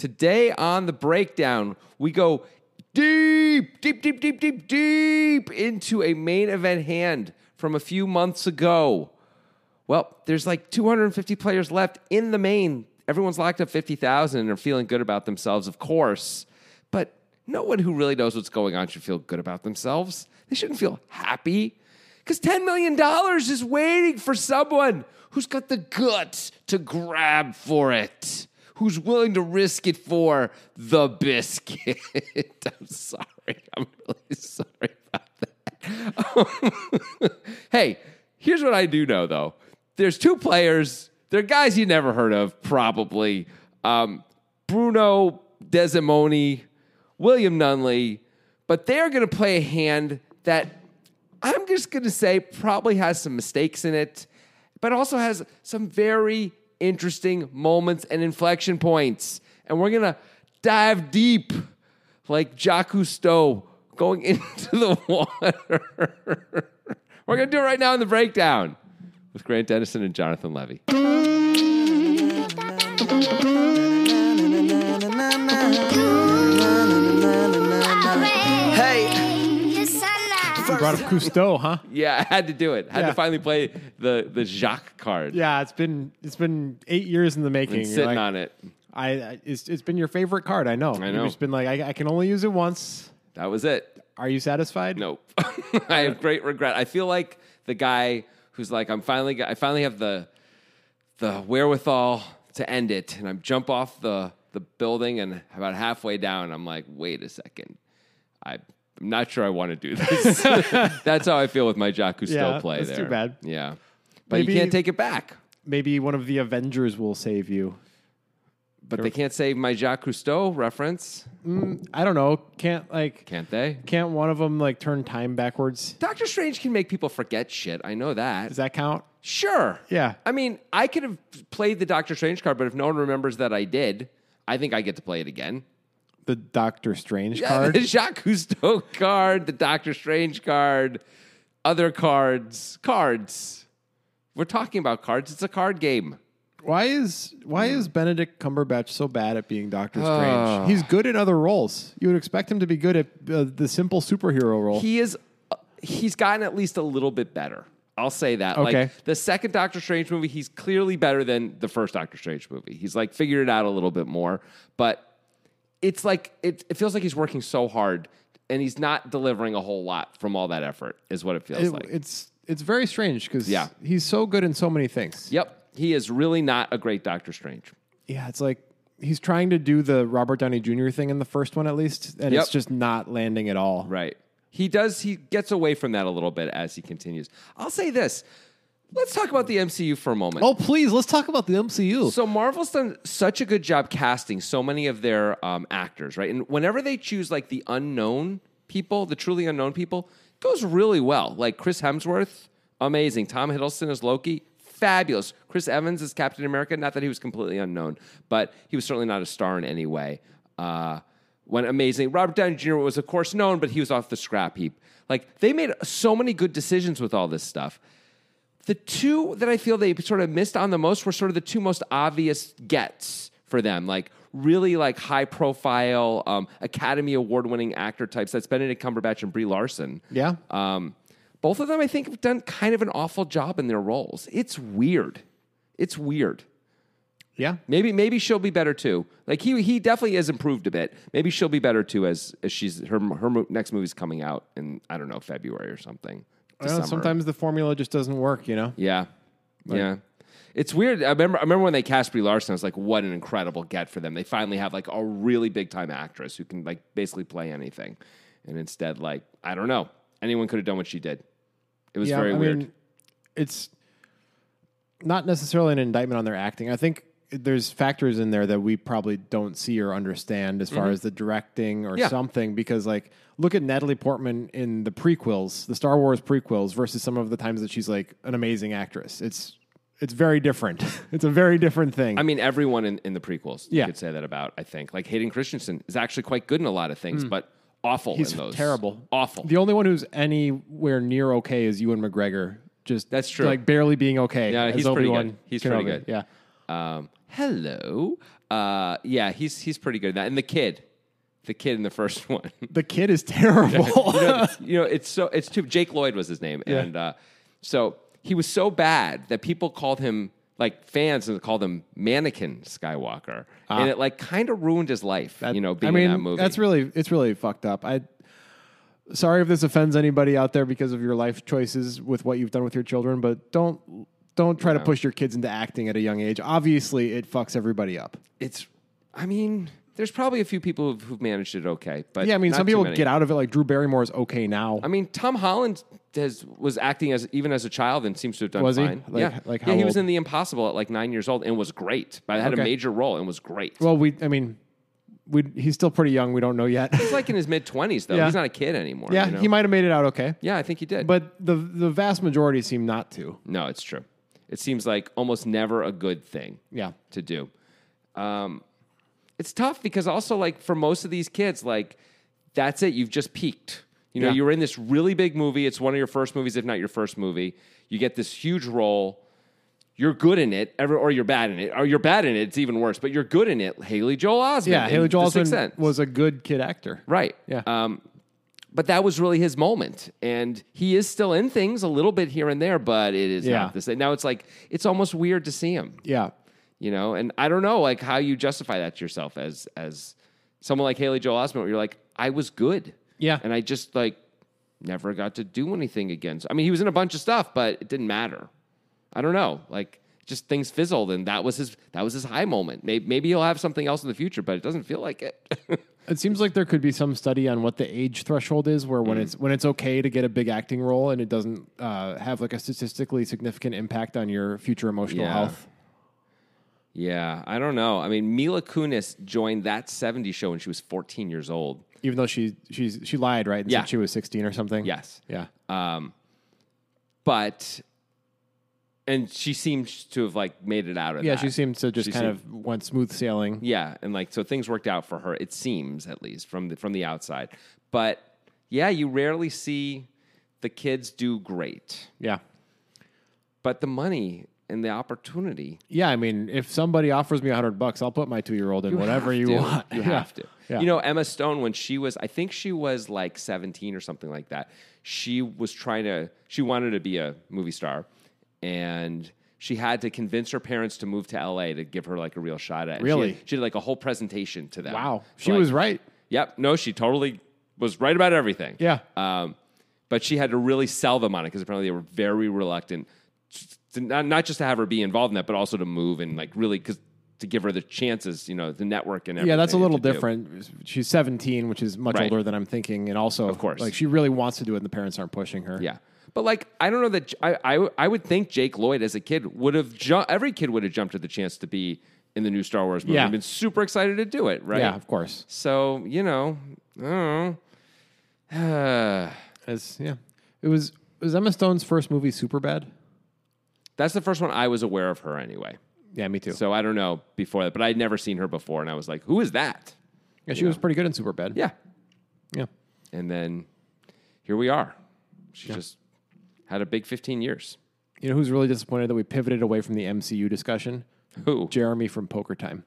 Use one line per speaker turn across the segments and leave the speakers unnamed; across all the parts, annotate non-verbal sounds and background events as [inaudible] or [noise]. Today on the breakdown, we go deep, deep, deep, deep, deep, deep into a main event hand from a few months ago. Well, there's like 250 players left in the main. Everyone's locked up 50,000 and are feeling good about themselves, of course. But no one who really knows what's going on should feel good about themselves. They shouldn't feel happy because $10 million is waiting for someone who's got the guts to grab for it, who's willing to risk it for the biscuit. [laughs] I'm sorry. I'm really sorry about that. [laughs] hey, here's what I do know though there's two players, they're guys you never heard of, probably. Um, Bruno Desimoni, William Nunley, but they're going to play a hand that I'm just going to say probably has some mistakes in it, but also has some very interesting moments and inflection points. And we're going to dive deep like Jacques Cousteau going [laughs] into the water. we're going to do it right now in the breakdown with Grant Dennison and Jonathan Levy.
You brought up Cousteau, huh?
[laughs] Yeah, I had to do it. had
Yeah.
to finally play the, the Jacques card.
Yeah, it's been it's been eight years in the making.
Been
You're
sitting
like,
on it.
I, I it's, it's been your favorite card. I know. I
know.
You've just been like, I, I can only use it once.
That was it.
Are you satisfied?
Nope. [laughs] I have great regret. I feel like the guy who's like, I'm finally, I finally have the, the wherewithal to end it, and I jump off the the building, and about halfway down, I'm like, wait a second, I. I'm not sure I want to do
[laughs]
this. That's how I feel with my Jacques Cousteau
Yeah,
play
that's
there.
too bad.
Yeah. But
Maybe-
you can't take it back.
Maybe one of the Avengers will save you.
But they can't save my Jacques Cousteau reference,
I don't know. Can't like
can't they?
can't one of them like turn time backwards?
Doctor Strange can make people forget shit. I know that.
Does that count?
Sure.
Yeah.
I mean, I could have played the Doctor Strange card, but if no one remembers that I did, I think I get to play it again.
The Doctor Strange
the
card.
[laughs] Jacques Cousteau card, the Doctor Strange card, other cards, cards. We're talking about cards. It's a card game.
Why is why is Benedict Cumberbatch so bad at being Doctor
Ah.
Strange? He's good in other roles. You would expect him to be good at uh, the simple superhero role.
He is, uh, he's gotten at least a little bit better. I'll say that.
Okay.
Like the second Doctor Strange movie, he's clearly better than the first Doctor Strange movie. He's like figured it out a little bit more, but it's like it, it feels like he's working so hard and he's not delivering a whole lot from all that effort is what it feels
It-
like
it's it's very strange because
Yeah.
he's so good in so many things.
yep he is really not a great doctor strange
Yeah, it's like he's trying to do the Robert Downey Jr. thing in the first one at least, and
Yep.
it's just not landing at all.
right he does he gets away from that a little bit as he continues i'll say this let's talk about the mcu for a moment
Oh please, let's talk about the MCU.
So Marvel's done such a good job casting so many of their um, actors, right? And whenever they choose like the unknown people, the truly unknown people, it goes really well. Like Chris Hemsworth, amazing. Tom Hiddleston as Loki, fabulous. Chris Evans as Captain America. Not that he was completely unknown, but he was certainly not a star in any way. Uh, when amazing Robert Downey Jr. was of course known, but he was off the scrap heap. Like they made so many good decisions with all this stuff the two that I feel they sort of missed on the most were sort of the two most obvious gets for them, like really like high profile um, Academy Award winning actor types. That's Benedict Cumberbatch and Brie Larson.
yeah,
Um, both of them, I think, have done kind of an awful job in their roles. It's weird. It's weird.
yeah.
Maybe maybe she'll be better too. Like he he definitely has improved a bit. Maybe she'll be better too as, as she's her her mo- next movie's coming out in I don't know February or something.
I don't know,
December.
sometimes the formula just doesn't work. You know.
Yeah. yeah. It's weird. I remember I remember when they cast Brie Larson, I was like, what an incredible get for them. They finally have like a really big time actress who can like basically play anything. And instead, like, I don't know. Anyone could have done what she did. It was very
I
weird.
mean, it's not necessarily an indictment on their acting. I think there's factors in there that we probably don't see or understand as far as the directing or
Mm-hmm. Yeah.
something because like look at Natalie Portman in the prequels, the Star Wars prequels versus some of the times that she's like an amazing actress. It's it's very different. [laughs] it's a very different thing.
I mean, everyone in, in the prequels you
Yeah.
could say that about, I think. Like Hayden Christensen is actually quite good in a lot of things, but awful
Hmm. He's
in those.
terrible.
Awful.
the only one who's anywhere near okay is Ewan McGregor. Just
That's true.
Like barely being okay.
Yeah,
as
he's pretty
Obi-Wan
good. He's
Kenobi.
pretty good.
Yeah.
Um, hello. Uh, yeah, he's he's pretty good in that. And the kid, the kid in the first [laughs] one.
The kid is [laughs] terrible.
[laughs] you, know, it's- you know, it's so it's too. Jake Lloyd was his name,
Yeah.
and uh, so he was so bad that people called him like fans and called him mannequin Skywalker, and it like kind of ruined his life. you know, being
Ah. I mean,
in that movie.
That's really it's really fucked up. I sorry if this offends anybody out there because of your life choices with what you've done with your children, but don't don't try to push your kids into acting at a young age. Obviously, it fucks everybody up.
it's. I mean, there's probably a few people who've, who've managed it okay, but
Yeah, I mean,
not
some
too
people
many.
get out of it like Drew Barrymore is okay now.
I mean, Tom Holland has was acting as even as a child and seems to have done
Was he?
fine.
Like-
yeah,
like
yeah,
how
he was
old?
in The Impossible at like nine years old and was great. But had a
Okay.
major role and was great.
well, we I mean, we he's still pretty young. We don't know yet. [laughs]
he's like in his mid twenties though.
Yeah.
He's not a kid anymore.
yeah,
you know?
he might have made it out okay.
Yeah, I think he did.
But the the vast majority seem not to.
no, it's true. It seems like almost never a good thing.
Yeah.
to do. Um, it's tough because also like for most of these kids, like that's it. You've just peaked. You know,
Yeah.
you're in this really big movie. It's one of your first movies, if not your first movie. You get this huge role. You're good in it, ever, or you're bad in it, or you're bad in it. It's even worse, but you're good in it. Haley Joel Osment.
Yeah,
in
Haley Joel
The Sixth
Osment
Sense.
was a good kid actor.
Right.
Yeah.
Um, but that was really his moment, and he is still in things a little bit here and there, but it is
Yeah.
not the same. Now it's like it's almost weird to see him,
Yeah.
you know. And I don't know, like how you justify that to yourself as as someone like Haley Joel Osment, where you're like, I was good,
Yeah.
and I just like never got to do anything again. So, I mean, he was in a bunch of stuff, but it didn't matter. I don't know, like just things fizzled, and that was his that was his high moment. Maybe, maybe he'll have something else in the future, but it doesn't feel like it. [laughs]
It seems like there could be some study on what the age threshold is, where
Mm.
when it's when it's okay to get a big acting role and it doesn't uh, have like a statistically significant impact on your future emotional
Yeah.
health.
Yeah, I don't know. I mean, Mila Kunis joined that 70 show when she was 14 years old.
Even though she she's she lied right, and
Yeah.
said she was sixteen or something.
Yes. Uh,
yeah,
But and she seems to have like made it out of
yeah.
that.
She seemed to just
She
kind
seemed-
of went smooth sailing.
Yeah, and like so things worked out for her it seems at least from the from the outside. But yeah, you rarely see the kids do great.
Yeah,
But the money and the opportunity
yeah. I mean, if somebody offers me a hundred bucks, I'll put my two year old in whatever
have
you
to.
want.
[laughs] You
Yeah.
have to.
Yeah.
You know, Emma Stone, when she was, I think she was like 17 or something like that, she was trying to, she wanted to be a movie star. And she had to convince her parents to move to LA to give her like a real shot at it. She
Really?
had- She, did like a whole presentation to them.
Wow,
So,
she
like,
was right.
Yep. No, she totally was right about everything.
Yeah.
Um, but she had to really sell them on it because apparently they were very reluctant, to not, not just to have her be involved in that, but also to move and like really because to give her the chances, you know, the network and everything.
Yeah, that's a little
to do.
different. She's seventeen, which is much
Right.
older than I'm thinking, and also, of
course.
like she really wants to do it, and the parents aren't pushing her.
Yeah. But like, I don't know that I, I, I would think Jake Lloyd as a kid would have jumped, every kid would have jumped at the chance to be in the new Star Wars movie
Yeah.
and been super excited to do it, right?
yeah, of course.
So, you know, I don't know. [sighs]
As yeah, it was was Emma Stone's first movie, Super Bad.
That's the first one I was aware of her anyway.
Yeah, me too.
So I don't know before that, but I'd never seen her before, and I was like, "Who is that?"
yeah, she was pretty good in Super Bad.
Yeah,
yeah.
and then here we are. She just had a big 15 years.
You know who's really disappointed that we pivoted away from the MCU discussion?
Who?
Jeremy from Poker Time.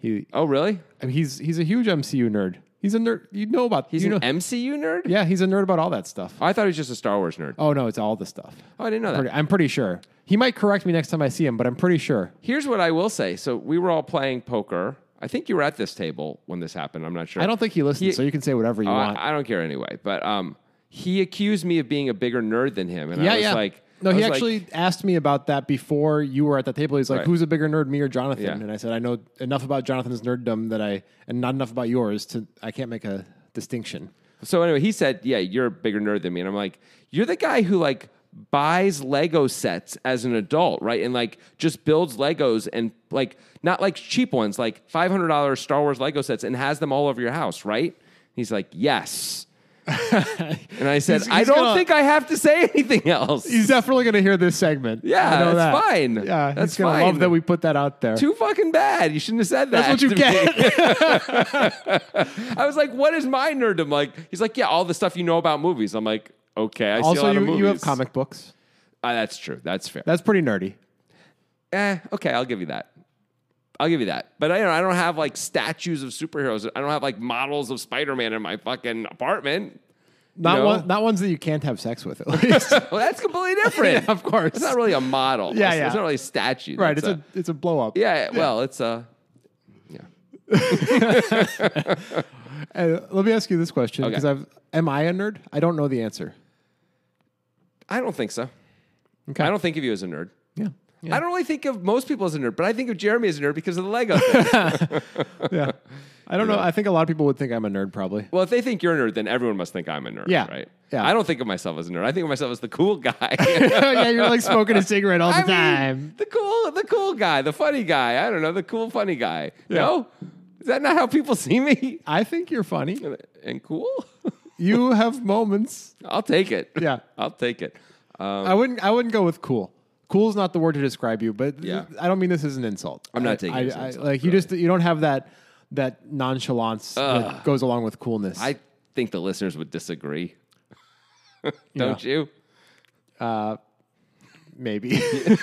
He
Oh, really?
I mean, he's he's a huge MCU nerd. He's a nerd. You know about
He's
you know,
an MCU nerd. Oh,
yeah. He's a nerd about all that stuff.
I thought he was just a Star Wars nerd.
Oh no, it's all the stuff.
Oh, I didn't know that.
Pretty- I'm pretty sure. He might correct me next time I see him, but I'm pretty sure.
Here's what I will say. So we were all playing poker. I think you were at this table when this happened. I'm not sure.
I don't think he listens, so you can say whatever you
Oh,
want.
I, I don't care anyway. But um, he accused me of being a bigger nerd than him, and
yeah,
I was
yeah.
like,
no,
I
he
was like,
actually asked me about that before you were at that table. He's like,
Right.
"Who's a bigger nerd, me or Jonathan?"
Yeah.
And I said, "I know enough about Jonathan's nerddom that I, and not enough about yours to, I can't make a distinction."
So anyway, he said, "Yeah, you're a bigger nerd than me," and I'm like, "You're the guy who like buys Lego sets as an adult, right? And like just builds Legos and like not like cheap ones, like five hundred dollars Star Wars Lego sets, and has them all over your house, right?" He's like,
[laughs]
"Yes." and I said,
He's-
"I
he's
don't
gonna-
think I have to say anything else."
He's definitely going to hear this segment.
Yeah,
I know
that's
that.
fine.
Yeah,
That's
he's going to
fine.
love that we put that out there.
Too fucking bad. You shouldn't have said that.
that's what you
to me. [laughs]
get.
I was like, "What is my nerdom like?" He's like, "Yeah, all the stuff you know about movies." I'm like, "Okay, I see a
also,
lot of
you,
movies."
you have comic books.
Ah, that's true. That's fair.
That's pretty nerdy.
eh, okay, I'll give you that. I'll give you that. But I don't, I don't have like statues of superheroes. I don't have like models of Spider Man in my fucking apartment.
Not
No.
one, not ones that you can't have sex with. At
[laughs]
least.
Well, that's completely different.
[laughs] Yeah, of course.
It's not really a model.
Yeah,
it's,
yeah.
it's not really a statue.
right?
That's
It's a it's a blow up.
yeah, Well, it's a yeah.
Uh, let me ask you this question
Okay.
because I've am I a nerd? I don't know the answer.
I don't think so.
Okay.
I don't think of you as a nerd.
Yeah.
I don't really think of most people as a nerd, but I think of Jeremy as a nerd because of the Lego.
[laughs]
thing.
yeah. I don't know. I think a lot of people would think I'm a nerd, [laughs] probably.
well, if they think you're a nerd, then everyone must think I'm a nerd,
Yeah.
right?
Yeah.
I don't think of myself as a nerd. I think of myself as the cool
[laughs]
guy.
yeah, you're like smoking a cigarette all the
I mean, the cool, the cool guy, the funny guy. I don't know, the cool, funny guy. No, is that not how people [laughs] see me?
I think you're funny.
And cool, [laughs]
You have moments.
I'll take it.
Yeah.
I'll take it. Um,
I wouldn't. I wouldn't go with cool. Cool is not the word to describe you, but
Yeah.
I don't mean this as an insult.
I'm not
I-
taking
I,
it as an
I-
insult,
like you just you don't have that that nonchalance that goes along with coolness.
I think the listeners would disagree. don't you?
maybe.
[laughs]
[laughs]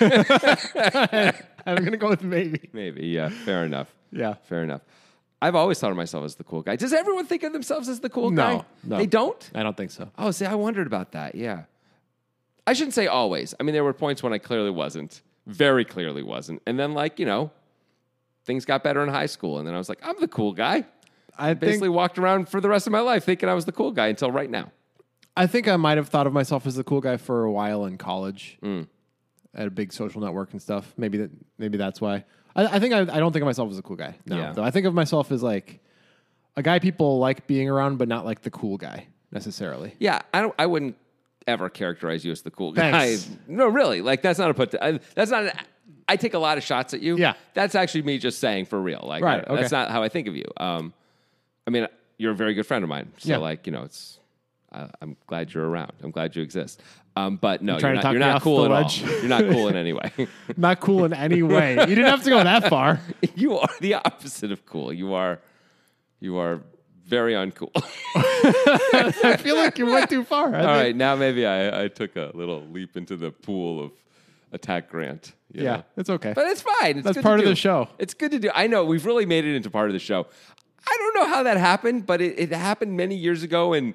I'm gonna go with maybe.
Maybe. Yeah. Fair enough.
Yeah.
Fair enough. I've always thought of myself as the cool guy. Does everyone think of themselves as the cool
No,
guy?
no.
They don't.
I don't think so.
Oh, see, I wondered about that. Yeah. I shouldn't say always. I mean, there were points when I clearly wasn't, very clearly wasn't. And then, like, you know, things got better in high school. And then I was like, I'm the cool guy.
I
Basically,
think
walked around for the rest of my life thinking I was the cool guy until right now.
I think I might have thought of myself as the cool guy for a while in college,
Hmm.
at a big social network and stuff. Maybe that maybe that's why. I, I think I, I don't think of myself as a cool guy. No,
Yeah.
though I think of myself as like a guy people like being around, but not like the cool guy necessarily.
Yeah, I don't. I wouldn't ever characterize you as the cool guy.
Thanks.
[laughs] No, really. Like that's not a put. I, that's not. An, I take a lot of shots at you.
Yeah.
that's actually me just saying for real. Like,
Right,
I- that's
okay.
not how I think of you. Um, I mean, you're a very good friend of mine. So,
Yeah.
like, you know, it's. I I'm glad you're around. I'm glad you exist. Um, but no, you're
trying to
not,
talk
you're
me
not
off
cool
the
at all. [laughs]
ledge?
You're not cool
[laughs]
in any way. [laughs]
Not cool in any way. You didn't have to go that far.
you are the opposite of cool. You are, you are very uncool. [laughs]
I feel like you went too far. I
All
think-
right, now maybe I, I took a little leap into the pool of attack grant. you
Yeah,
know.
it's okay.
but it's fine. It's
That's
good
part
to
of the
do.
show.
It's good to do. I know we've really made it into part of the show. I don't know how that happened, but it, it happened many years ago, and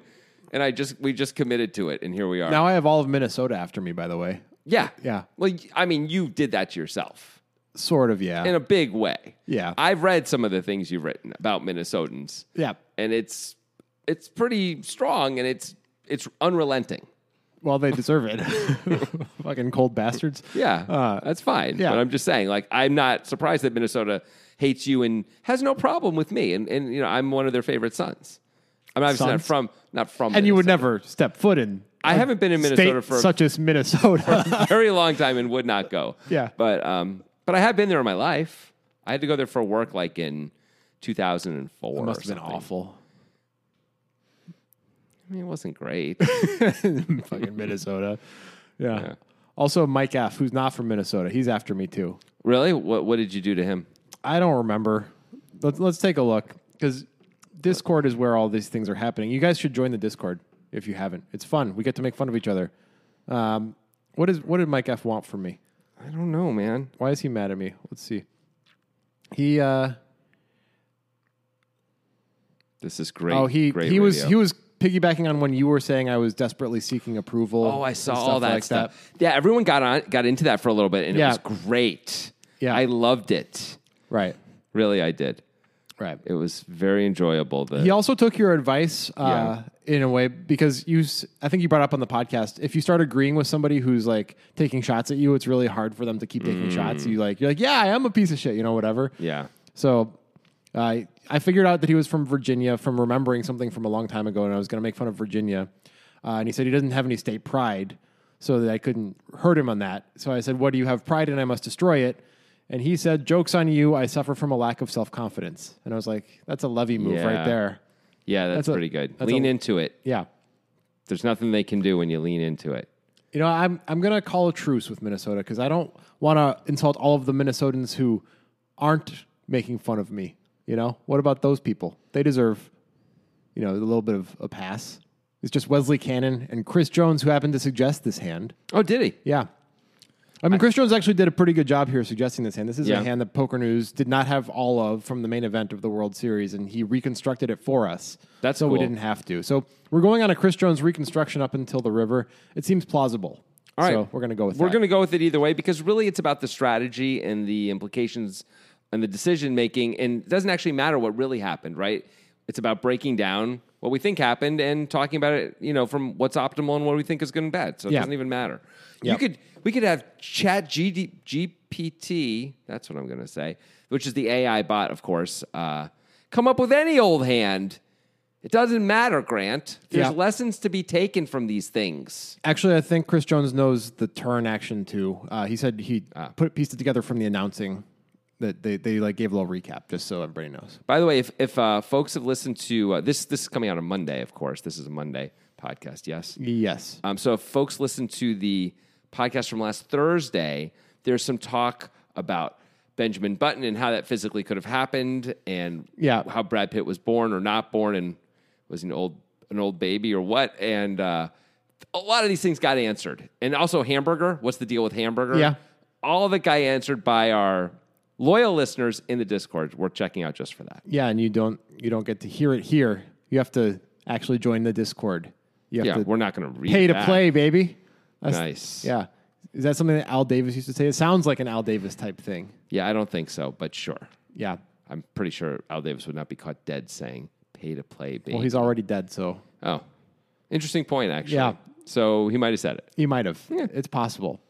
and I just we just committed to it, and here we are.
now I have all of Minnesota after me. By the way,
yeah,
Yeah.
Well, y- I mean, you did that to yourself
sort of. Yeah.
in a big way.
Yeah.
I've read some of the things you've written about Minnesotans.
yeah.
and it's it's pretty strong, and it's it's unrelenting.
Well, they deserve it. [laughs] Fucking cold bastards.
Yeah, that's fine.
Uh, yeah.
But I'm just saying, like, I'm not surprised that Minnesota hates you and has no problem with me. And, and you know, I'm one of their favorite sons. I'm obviously not
Sons?
from, not from.
And you would
Minnesota.
never step foot in.
I haven't been in Minnesota
state
for
such
[laughs]
as Minnesota.
a very long time and would not go.
[laughs] Yeah.
But um, but I have been there in my life. I had to go there for work, like in 2004.
must
or
have been
something.
awful.
I mean, it wasn't great. [laughs]
[laughs] Fucking Minnesota. Yeah.
Yeah.
Also, Mike F., who's not from Minnesota, he's after me too.
really? What What did you do to him?
I don't remember. Let's let's take a look because Discord is where all these things are happening. You guys should join the Discord if you haven't. It's fun. We get to make fun of each other. Um, what is what did Mike F want from me?
I don't know, man.
Why is he mad at me? Let's see. He uh,
This is great.
oh he he
great
was
radio.
he was piggybacking on when you were saying I was desperately seeking approval.
Oh, I saw
and
all that stuff. Yeah, everyone got on, got into that for a little bit, and
Yeah.
it was great.
Yeah.
I loved it.
Right,
Really, I did.
right.
It was very enjoyable. The
He also took your advice uh, in a way because you, s- I think you brought up on the podcast. If you start agreeing with somebody who's like taking shots at you, it's really hard for them to keep
Mm.
taking shots. You like, you're like, yeah, I am a piece of shit, you know, whatever.
yeah,
So, I I figured out that he was from Virginia from remembering something from a long time ago, and I was going to make fun of Virginia, uh, and he said he doesn't have any state pride, so that I couldn't hurt him on that. So I said, "What do you have pride in? I must destroy it." And he said, "Jokes on you! I suffer from a lack of self confidence." And I was like, "That's a levy move
Yeah.
right there."
yeah, that's,
That's a-
pretty good.
that's
Lean
a-
into it.
Yeah.
There's nothing they can do when you lean into it.
You know, I'm I'm gonna call a truce with Minnesota because I don't want to insult all of the Minnesotans who aren't making fun of me. You know, what about those people? They deserve, you know, a little bit of a pass. It's just Wesley Cannon and Chris Jones who happened to suggest this hand.
Oh, did he?
Yeah, I mean, Chris Jones actually did a pretty good job here suggesting this hand. This is
Yeah.
a hand that Poker News did not have all of from the main event of the World Series, and he reconstructed it for us.
That's
so we
cool.
didn't have to. So we're going on a Chris Jones reconstruction up until the river. It seems plausible.
All right.
so we're going to go with
We're
that.
going to go with it either way because really it's about the strategy and the implications and the decision making. And it doesn't actually matter what really happened, right? It's about breaking down what we think happened and talking about it, you know, from what's optimal and what we think is good and bad. So it
Yeah.
doesn't even matter. You
Yep.
could we could have Chat GD, GPT, that's what I'm going to say, which is the AI bot, of course, uh, come up with any old hand. It doesn't matter, Grant. There's
Yeah.
lessons to be taken from these things.
Actually, I think Chris Jones knows the turn action too. Uh, he said he
Ah.
put pieced it together from the announcing that they, they like gave a little recap just so everybody knows.
By the way, if, if uh, folks have listened to uh, this, this is coming out on Monday, of course. This is a Monday podcast, yes.
Yes.
Um, so if folks listen to the podcast from last Thursday, there's some talk about Benjamin Button and how that physically could have happened, and
Yeah.
how Brad Pitt was born or not born, and was he an old an old baby or what, and uh, a lot of these things got answered. And also hamburger, what's the deal with hamburger?
Yeah.
all of it got answered by our loyal listeners in the Discord. We're checking out just for that.
Yeah, and you don't you don't get to hear it here. You have to actually join the Discord. You have
Yeah,
to
we're not going to read
pay to
that.
play, baby. That's-
Nice. Yeah.
Yeah. Is that something that Al Davis used to say? It sounds like an Al Davis type thing.
I don't think so, but sure.
Yeah.
I'm pretty sure Al Davis would not be caught dead saying pay to play, baby.
Well, he's already dead, so
oh, interesting point, actually.
Yeah.
So he might have said it.
He might have. It's possible.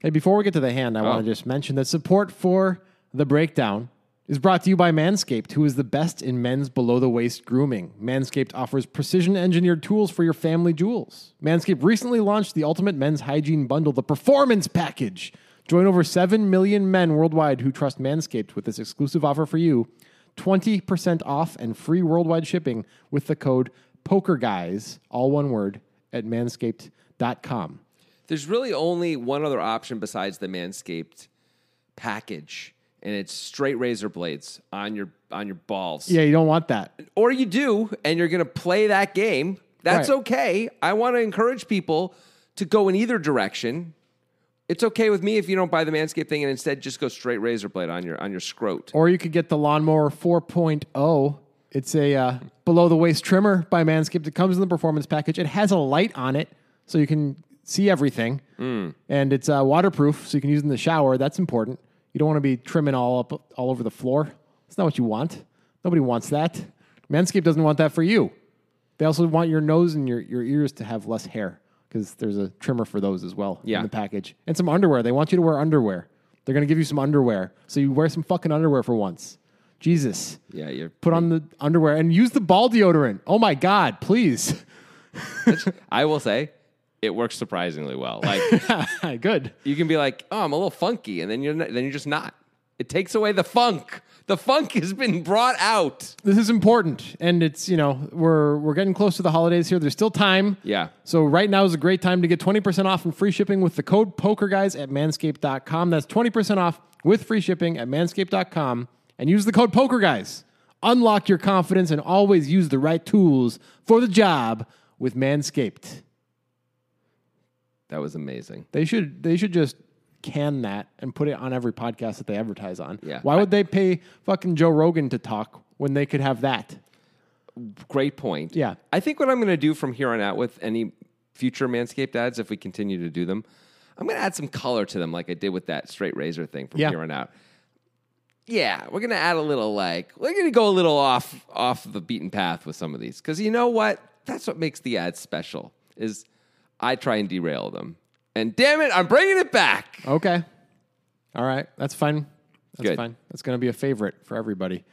Hey, before we get to the hand, I want to just mention that support for the breakdown is brought to you by Manscaped, who is the best in men's below the waist grooming. Manscaped offers precision engineered tools for your family jewels. Manscaped recently launched the ultimate men's hygiene bundle, the Performance Package. Join over 7 million men worldwide who trust Manscaped with this exclusive offer for you 20% off and free worldwide shipping with the code POKERGUYS, all one word, at manscaped.com.
There's really only one other option besides the Manscaped package, and it's straight razor blades on your on your balls.
Yeah, you don't want that.
or you do and you're going to play that game, that's
Right.
okay. I want to encourage people to go in either direction. It's okay with me if you don't buy the Manscaped thing and instead just go straight razor blade on your on your scrote.
Or you could get the Lawnmower 4.0. It's a uh, below the waist trimmer by Manscaped. It comes in the performance package. It has a light on it so you can see everything. And it's uh, waterproof so you can use it in the shower. That's important. You don't want to be trimming all up all over the floor. That's not what you want. Nobody wants that. Manscaped doesn't want that for you. They also want your nose and your, your ears to have less hair because there's a trimmer for those as well
Yeah.
in the package. And some underwear. They want you to wear underwear. They're going to give you some underwear. So you wear some fucking underwear for once. Jesus.
Yeah, you're,
Put on the underwear and use the ball deodorant. Oh my God, please. [laughs]
I will say it works surprisingly well.
[laughs]
Like
Good.
you can be like, "Oh, I'm a little funky," and then you're not, then you're just not. It takes away the funk. The funk has been brought out.
This is important. And it's, you know, we're we're getting close to the holidays here. There's still time.
Yeah.
So right now is a great time to get 20% off and free shipping with the code POKERGUYS at manscaped.com. That's 20% off with free shipping at manscaped.com and use the code POKERGUYS. Unlock your confidence and always use the right tools for the job with Manscaped.
That was amazing.
They should they should just can that and put it on every podcast that they advertise on.
Yeah.
Why would they pay fucking Joe Rogan to talk when they could have that?
Great point.
Yeah.
I think what I'm going to do from here on out with any future Manscaped ads, if we continue to do them, I'm going to add some color to them, like I did with that straight razor thing from
Yeah.
here on out. Yeah, we're going to add a little like we're going to go a little off off the beaten path with some of these because you know what? That's what makes the ads special. Is I try and derail them, and damn it, I'm bringing it back.
Okay. All right. That's fine. That's
Good.
fine. That's going to be a favorite for everybody.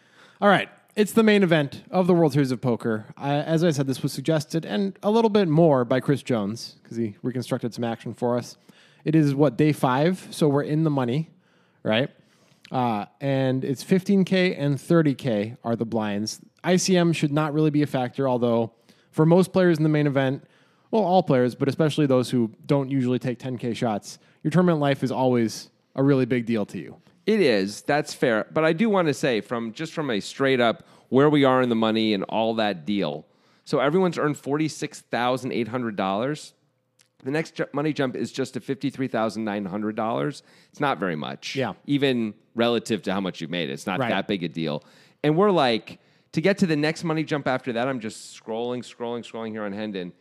All right. It's the main event of the World Series of Poker. I, as I said, this was suggested and a little bit more by Chris Jones because he reconstructed some action for us. It is what, day five? So we're in the money, right? Uh, and it's 15K and 30K are the blinds. ICM should not really be a factor, although for most players in the main event, well, all players, but especially those who don't usually take 10K shots, your tournament life is always a really big deal to you.
It is. That's fair. But I do want to say from just from a straight up where we are in the money and all that deal. So everyone's earned forty six thousand eight hundred dollars. The next ju- money jump is just to $53,900. It's not very much.
Yeah.
Even relative to how much you've made, it's not
Right.
that big a deal. And we're like, to get to the next money jump after that, I'm just scrolling, scrolling, scrolling here on Hendon.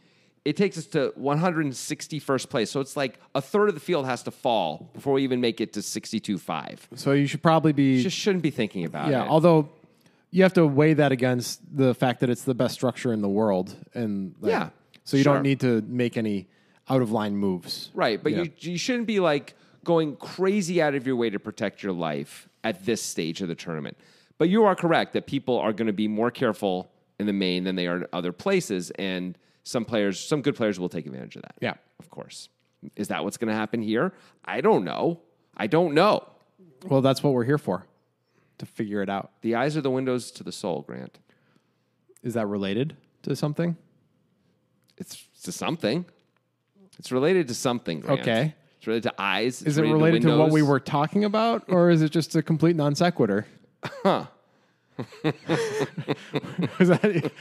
It takes us to 161st place. So it's like a third of the field has to fall before we even make it to 62.5.
So you should probably be
Just shouldn't be thinking about
yeah.
it.
Although you have to weigh that against the fact that it's the best structure in the world, and like,
Yeah,
so you
sure.
don't need to make any out of line moves.
Right, but
Yeah.
you you shouldn't be like going crazy out of your way to protect your life at this stage of the tournament. But you are correct that people are going to be more careful in the main than they are in other places, and some players, some good players, will take advantage of that.
Yeah.
of course. Is that what's going to happen here? I don't know. I don't know.
Well, that's what we're here for, to figure it out.
The eyes are the windows to the soul, Grant.
Is that related to something?
It's to something. It's related to something, Grant.
Okay.
It's related to eyes. It's
Is it related to, what we
windows.
were talking about, or is it just a complete non sequitur? Huh. is that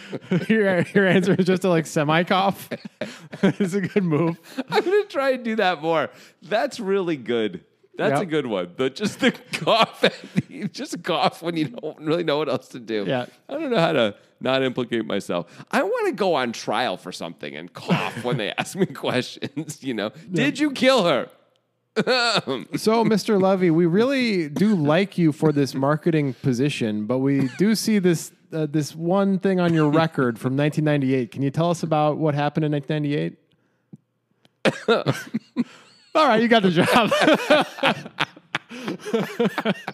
[laughs] your, your answer is just a like semi cough? [laughs] it's a good move.
[laughs] I'm gonna try and do that more. That's really good. That's a
Yep.
good one. The just the [laughs] cough, you just cough when you don't really know what else to do.
Yeah.
I don't know how to not implicate myself. I want to go on trial for something and cough when they [laughs] ask me questions. You know, did you kill her? [laughs] Um,
So, Mr. Levy, we really do like you for this marketing position, but we do see this uh, this one thing on your record from 1998. Can you tell us about what happened in [laughs] 1998? All right, you got the job. [laughs]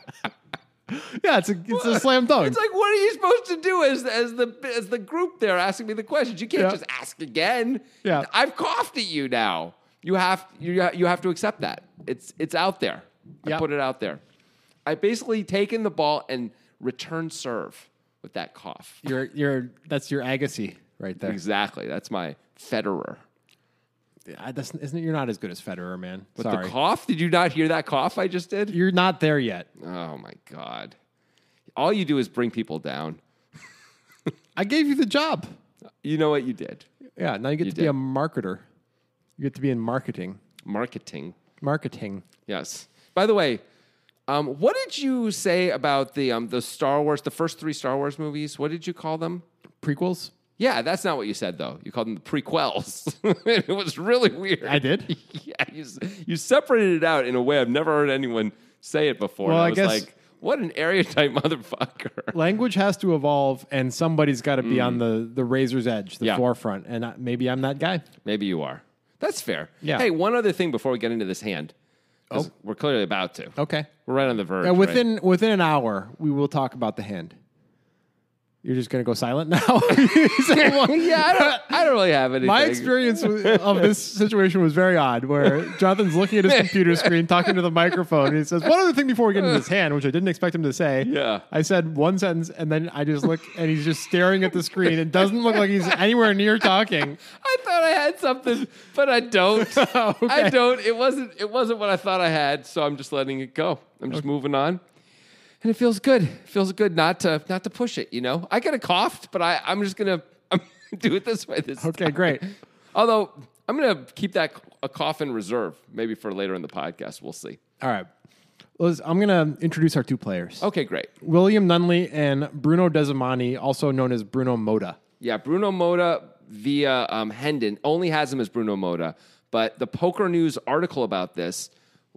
yeah, it's a it's a slam dunk.
It's like, what are you supposed to do as as the as the group there asking me the questions? You can't
Yeah.
just ask again.
Yeah.
I've coughed at you now. You have you ha- you have to accept that. It's it's out there. I
Yeah.
put it out there. I basically taken the ball and return serve with that cough.
your your that's your Agassi right there.
Exactly. That's my Federer.
I, that's, isn't it- you're not as good as Federer, man.
The
Sorry,
cough? Did you not hear that cough I just did?
you're not there yet.
Oh my god. All you do is bring people down.
I gave you the job.
You know what you did?
Yeah, now you get to
did.
be a marketer. You get to be in marketing.
Marketing.
Marketing.
Yes. By the way, um, what did you say about the um, the Star Wars, the first three Star Wars movies? What did you call them?
Prequels?
Yeah, that's not what you said though. You called them the prequels. [laughs] it was really weird.
I did.
[laughs] yeah, you, s- you separated it out in a way I've never heard anyone say it before.
Well,
And
I
was
guess-
like, what an erudite [laughs] motherfucker.
[laughs] Language has to evolve, and somebody's got to be on the, the razor's edge, the
Yeah.
forefront. And I, maybe I'm that guy.
Maybe you are. That's fair.
Yeah.
Hey, one other thing before we get into this hand. 'cause We're clearly about to.
Okay.
We're right on the verge.
Uh,
right?
Oh. within within an hour, we will talk about the hand. You're just going to go silent now? [laughs] You said one-
yeah, I don't, I don't really have anything.
My experience with-
[laughs]
of this situation was very odd, where Jonathan's looking at his computer screen, talking to the microphone, and he says, "One other thing before we get into his hand, which I didn't expect him to say."
Yeah.
I said one sentence, and then I just look, and he's just staring at the screen. It doesn't look like he's anywhere near talking.
I thought I had something, but I don't.
[laughs]
I don't. It wasn't. It wasn't what I thought I had. So I'm just letting it go. I'm just moving on, and it feels good. It feels good not to not to push it. You know, I could have coughed, but I I'm just gonna [laughs] I'm gonna do it this way. This
Okay,
time.
great.
Although I'm gonna keep that c- a cough in reserve, maybe for later in the podcast. We'll see.
All right, Liz, I'm gonna introduce our two players,
Okay, great.
William Nunley and Bruno Desimani, also known as Bruno Moda.
Yeah, Bruno Moda via um, Hendon only has him as Bruno Moda, but the Poker News article about this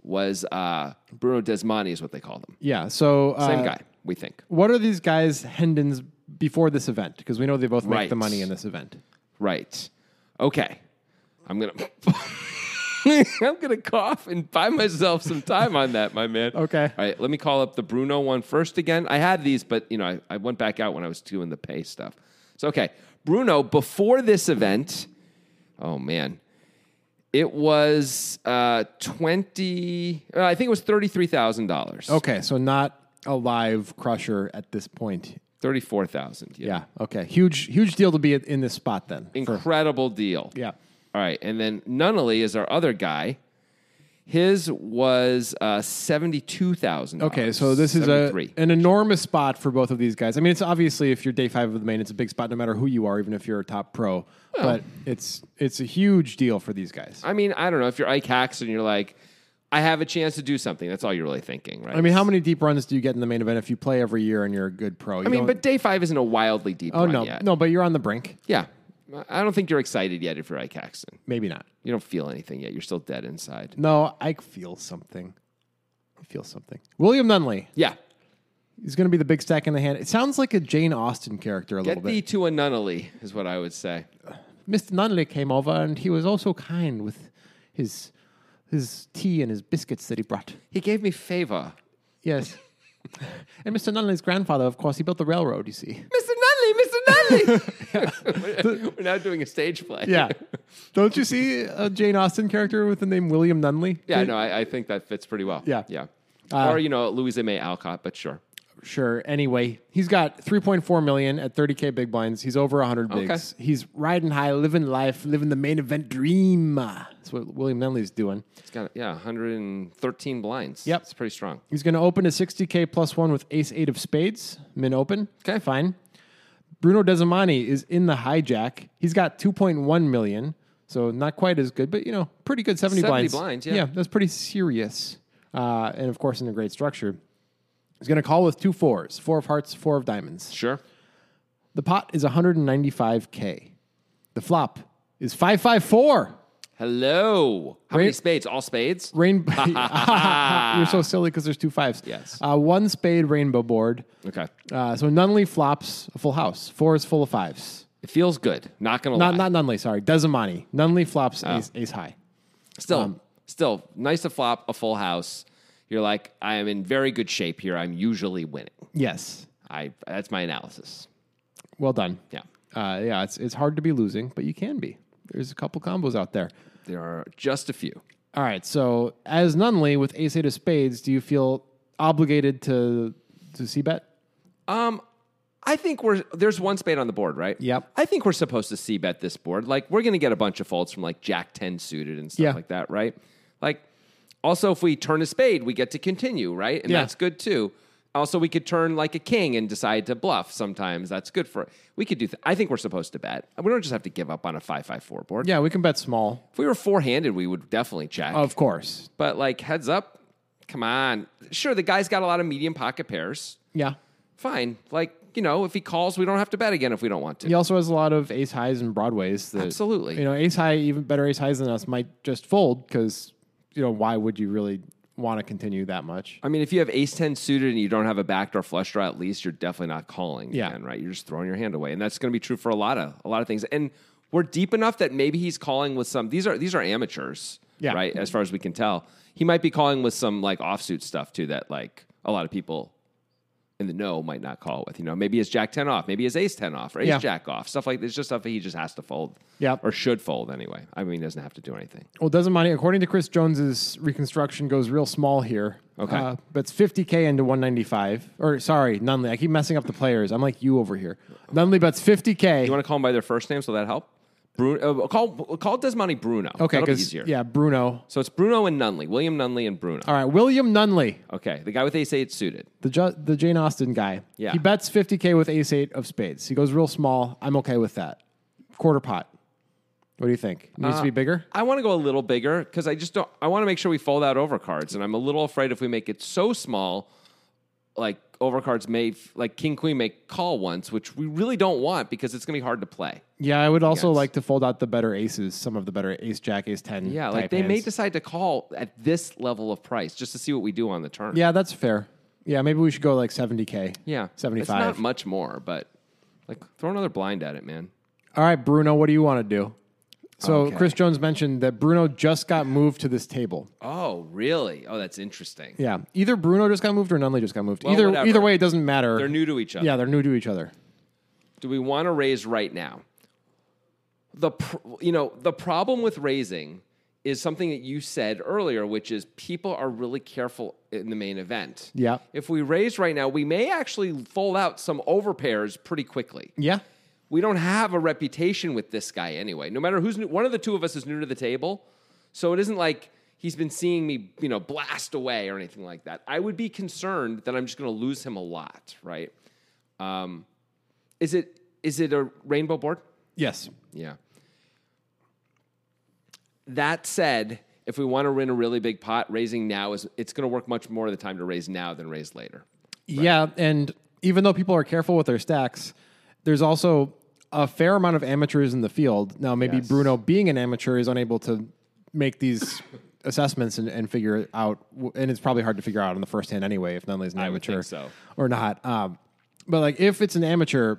was uh, Bruno Desmani is what they call them.
Yeah, so uh,
Same guy, we think.
What are these guys Hendon's before this event? Because we know they both make
Right.
the money in this event.
Right. Okay. I'm gonna. [laughs] I'm gonna cough and buy myself some time on that, my man.
Okay.
All right. Let me call up the Bruno one first again. I had these, but you know, I, I went back out when I was doing the pay stuff. So okay, Bruno. Before this event, oh man, it was uh, twenty. Uh, I think it was thirty-three thousand dollars.
Okay, so not a live crusher at this point.
thirty-four thousand. Yeah.
Yeah. Okay. Huge, huge deal to be in this spot then.
Incredible deal.
yeah.
All right. And then Nunnally is our other guy. His was uh, seventy-two thousand.
Okay, so this is a, an enormous spot for both of these guys. I mean, it's obviously if you're day five of the main, it's a big spot no matter who you are, even if you're a top pro. but it's it's a huge deal for these guys.
I mean, I don't know if you're Ike Hax and you're like, I have a chance to do something. That's all you're really thinking, right?
I mean, how many deep runs do you get in the main event if you play every year and you're a good pro? You
I mean, but day five isn't a wildly deep.
oh
run
no,
yet.
no, but you're on the brink.
yeah. I don't think you're excited yet if you're Ike Haxton.
Maybe not.
You don't feel anything yet. You're still dead inside.
No, I feel something. I feel something. William Nunley.
Yeah.
He's going to be the big stack in the hand. It sounds like a Jane Austen character a
Get
little
thee
bit.
to a nunnally is what I would say.
Mr. Nunley came over and he was also kind with his his tea and his biscuits that he brought.
He gave me favor.
Yes. [laughs] and Mr. Nunley's grandfather, of course, he built the railroad,
[laughs]
you see.
Mr. Nunley, Mr. Nunley. [laughs] We're now doing a stage play.
Don't you see a Jane Austen character with the name William Nunley?
Yeah, no, I, I think that fits pretty well.
Yeah.
Yeah.
Uh,
or, you know, Louisa May Alcott, but sure.
Sure. Anyway, he's got 3.4 million at 30k big blinds. He's over 100 bigs. He's riding high, living life, living the main event dream. That's what William Nunley's doing.
It's got, yeah, 113 blinds.
Yep.
It's pretty strong.
He's going to open a 60k plus one with ace eight of spades, min open.
Okay.
fine. Bruno Desimani is in the hijack. He's got 2.1 million, so not quite as good, but you know, pretty good 70,
70
blinds.
blinds, yeah.
that's pretty serious. Uh, and of course, in a great structure. He's going to call with two fours, four of hearts, four of diamonds.
Sure.
The pot is 195k. The flop is 554.
Hello. How many
Wait.
spades? All spades?
Rainbow. [laughs]
[laughs]
You're so silly because there's two fives.
Yes.
Uh, one spade rainbow board.
Okay.
Uh, so Nunley flops a full house. Four is full of fives.
It feels good. Not going to lie.
Not not Nunley, sorry. Desimani. Nunley flops ace, ace high.
Still,
um,
still, nice to flop a full house. You're like, I am in very good shape here. I'm usually winning.
Yes.
I that's my analysis.
Well done.
Yeah.
Uh, yeah, it's it's hard to be losing, but you can be. There's a couple combos out there.
There are just a few.
All right. So as Nunley with ace eight of spades, do you feel obligated to to see bet?
Um, I think we're there's one spade on the board, right?
Yep.
I think we're supposed to see bet this board. Like we're gonna get a bunch of folds from like Jack Ten suited and stuff
Yeah.
like that, right? Like also if we turn a spade, we get to continue, right? And
Yeah.
that's good too. Also, we could turn like a king and decide to bluff. Sometimes that's good for. We could do. Th- I think we're supposed to bet. We don't just have to give up on a five-five-four board.
Yeah, Oh. we can bet small.
If we were four-handed, we would definitely check.
Of course.
But like heads up, come on. Sure, the guy's got a lot of medium pocket pairs.
Yeah.
Fine. Like, you know, if he calls, we don't have to bet again if we don't want to.
He also has a lot of ace highs and broadways. That,
Absolutely.
You know, ace high, even better ace highs than us, might just fold because, you know, why would you really want to continue that much?
I mean, if you have ace 10 suited and you don't have a backdoor flush draw, at least you're definitely not calling
Yeah.
again, right? You're just throwing your hand away. And that's going to be true for a lot of a lot of things. And we're deep enough that maybe he's calling with some these are these are amateurs,
Yeah.
right? As far as we can tell. He might be calling with some like offsuit stuff too that like a lot of people in the know might not call with. You know, maybe his jack 10 off, maybe his ace 10 off, or ace
Yeah.
jack off, stuff like this. Just stuff that he just has to fold.
Yep.
Or should fold anyway. I mean, he doesn't have to do anything.
Well, doesn't money, according to Chris Jones's reconstruction, goes real small here.
Okay.
Uh, but it's 50K into 195. Or, sorry, Nunley. I keep messing up the players. I'm like you over here. Nunley bets 50K.
You want to call them by their first name, so that help. Bruno, uh, call call Desmonte Bruno.
okay,
that'll be
'cause-
easier.
yeah, Bruno.
So it's Bruno and Nunley, William Nunley and Bruno.
All right, William Nunley,
Okay, the guy with ace eight suited.
the, ju- the Jane Austen guy.
Yeah.
He bets 50K with ace eight of spades. He goes real small. I'm okay with that. Quarter pot. What do you think? Needs to be bigger?
I want to go a little bigger because I just don't. I want to make sure we fold out overcards, and I'm a little afraid if we make it so small, like overcards may f- like king queen may call once, which we really don't want because it's going to be hard to play.
Yeah, I would also
guess.
like to fold out the better aces, some of the better ace jack, ace ten.
Yeah, like
type
they
hands.
may decide to call at this level of price just to see what we do on the turn.
Yeah, that's fair. Yeah, maybe we should go like seventy k.
yeah,
seventy
It's not
five.
much more, but like throw another blind at it, man.
All right, Bruno, what do you want to do? So
Okay.
Chris Jones mentioned that Bruno just got moved to this table.
Oh, really? Oh, that's interesting.
Yeah, either Bruno just got moved or Nunley just got moved.
Well,
either
whatever.
either way, it doesn't matter.
They're new to each other.
Yeah, they're new to each other.
do we want to raise right now? The pr- you know the problem with raising is something that you said earlier, which is people are really careful in the main event.
Yeah.
If we raise right now, we may actually fold out some overpairs pretty quickly.
Yeah,
We don't have a reputation with this guy anyway. No matter who's new, one of the two of us is new to the table, so it isn't like he's been seeing me, you know, blast away or anything like that. I would be concerned that I'm just going to lose him a lot, right? Um, is it is it a rainbow board?
Yes.
Yeah. That said, if we want to win a really big pot, raising now is it's going to work much more of the time to raise now than raise later.
Yeah, and even though people are careful with their stacks, there's also a fair amount of amateurs in the field. Now, maybe
Yes.
Bruno, being an amateur, is unable to make these [coughs] assessments and, and figure it out. W- And it's probably hard to figure out on the first hand anyway, if Nunley's an amateur
would think so.
or not. Um, but like, if it's an amateur,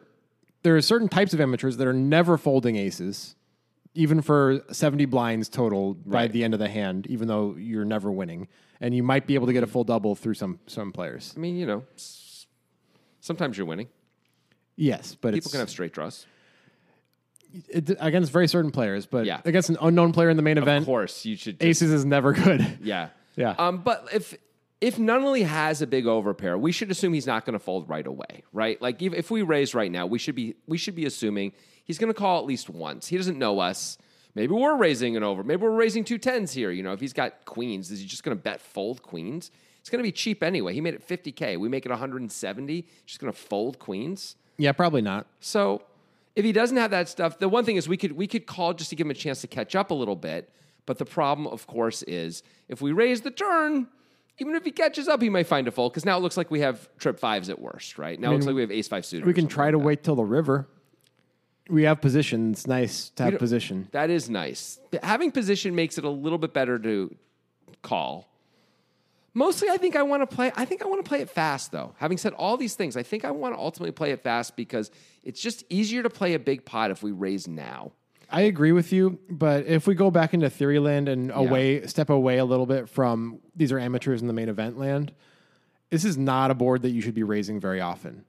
there are certain types of amateurs that are never folding aces, even for 70 blinds total by
Right.
the end of the hand, even though you're never winning. And you might be able to get a full double through some some players.
I mean, you know, s- sometimes you're winning.
Yes, but
People
it's,
can have straight draws.
it, against very certain players, but
Yeah.
against an unknown player in the main
Of
event,
course, you should.
aces is never [laughs] good.
Yeah.
Yeah.
Um, but if if Nunley has a big overpair, we should assume he's not going to fold right away, right? Like if, if we raise right now, we should be we should be assuming he's going to call at least once. He doesn't know us. Maybe we're raising an over. Maybe we're raising two tens here. You know, if he's got queens, is he just going to bet fold queens? It's going to be cheap anyway. He made it 50k. We make it 170. He's just going to fold queens.
Yeah, probably not.
So if he doesn't have that stuff, the one thing is we could we could call just to give him a chance to catch up a little bit. But the problem, of course, is if we raise the turn, even if he catches up, he may find a fold because now it looks like we have trip fives at worst, right? Now it looks like we have ace five suited.
We can try to wait till the river. We have position. It's nice to have position.
That is nice. Having position makes it a little bit better to call. Mostly, I think I want to play. I think I want to play it fast, though. Having said all these things, I think I want to ultimately play it fast because it's just easier to play a big pot if we raise now.
I agree with you, but if we go back into theory land and away, step away a little bit from these are amateurs in the main event land, this is not a board that you should be raising very often.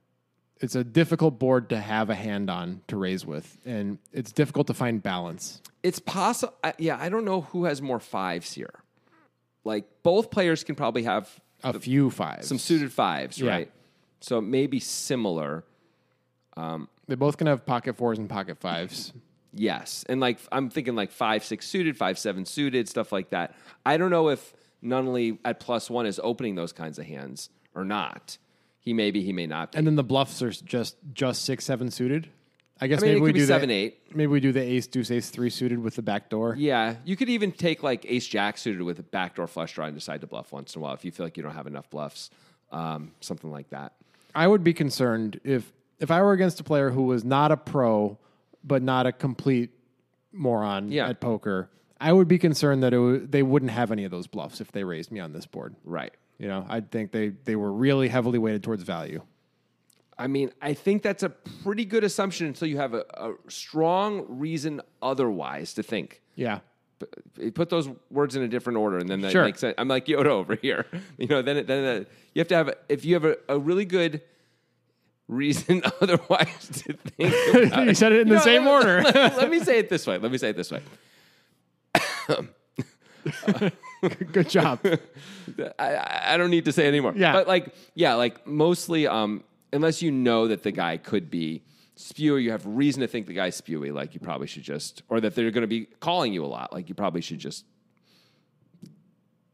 It's a difficult board to have a hand on to raise with, and it's difficult to find balance.
it's possible. Yeah, I don't know who has more fives here. Like both players can probably have
A few fives.
some suited fives,
Yeah.
right? So maybe similar.
They both can have pocket fours and pocket fives.
Yes, and like I'm thinking like five six suited, five seven suited, stuff like that. I don't know if Nunley at plus one is opening those kinds of hands or not. He may be, he may not. Be.
And then the bluffs are just just six seven suited. I guess
I mean,
maybe
it
we
could be
do
seven,
the,
eight.
Maybe we do the ace deuce ace three suited with the back door.
yeah, you could even take like ace jack suited with a backdoor flush draw and decide to bluff once in a while if you feel like you don't have enough bluffs, um, something like that.
I would be concerned if if I were against a player who was not a pro but not a complete moron
Yeah.
at poker. I would be concerned that it w- they wouldn't have any of those bluffs if they raised me on this board.
Right.
You know, I'd think they they were really heavily weighted towards value.
I mean, I think that's a pretty good assumption until you have a, a strong reason otherwise to think. [laughs]
Yeah.
But you Put those words in a different order, and then that
Sure.
makes sense. I'm like Yoda over here. [laughs] You know, then it- then it- you have to have if you have a, a really good reason [laughs] otherwise to think. About
You said it [laughs] in the same
let-
order. [laughs]
Let, let me say it this way. Let me say it this way.
Good job.
[laughs] I- I, I don't need to say anymore.
Yeah.
But like, yeah, like mostly, um, unless you know that the guy could be spewy, you have reason to think the guy's spewy, like you probably should just, or that they're going to be calling you a lot, like you probably should just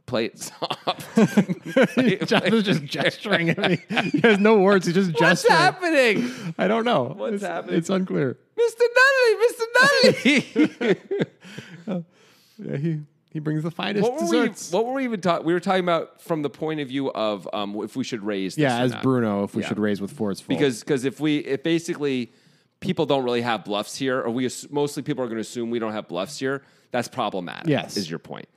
play it
[laughs]
soft. [laughs]
John was just gesturing at me. He has no words. He's just
What's
gesturing.
happening?
I don't know.
What's
it's,
happening?
It's unclear.
Mr. Dudley, Mr.
[laughs]
Dudley.
Yeah, he he brings the finest
what, were we,
desserts.
what were we even talking? We were talking about from the point of view of um, if we should raise this
yeah,
or
as
not.
Bruno, if we
Yeah.
should raise with fours full.
because because if we if basically people don't really have bluffs here, or we ass- mostly people are going to assume we don't have bluffs here. That's problematic.
Yes.
is your point.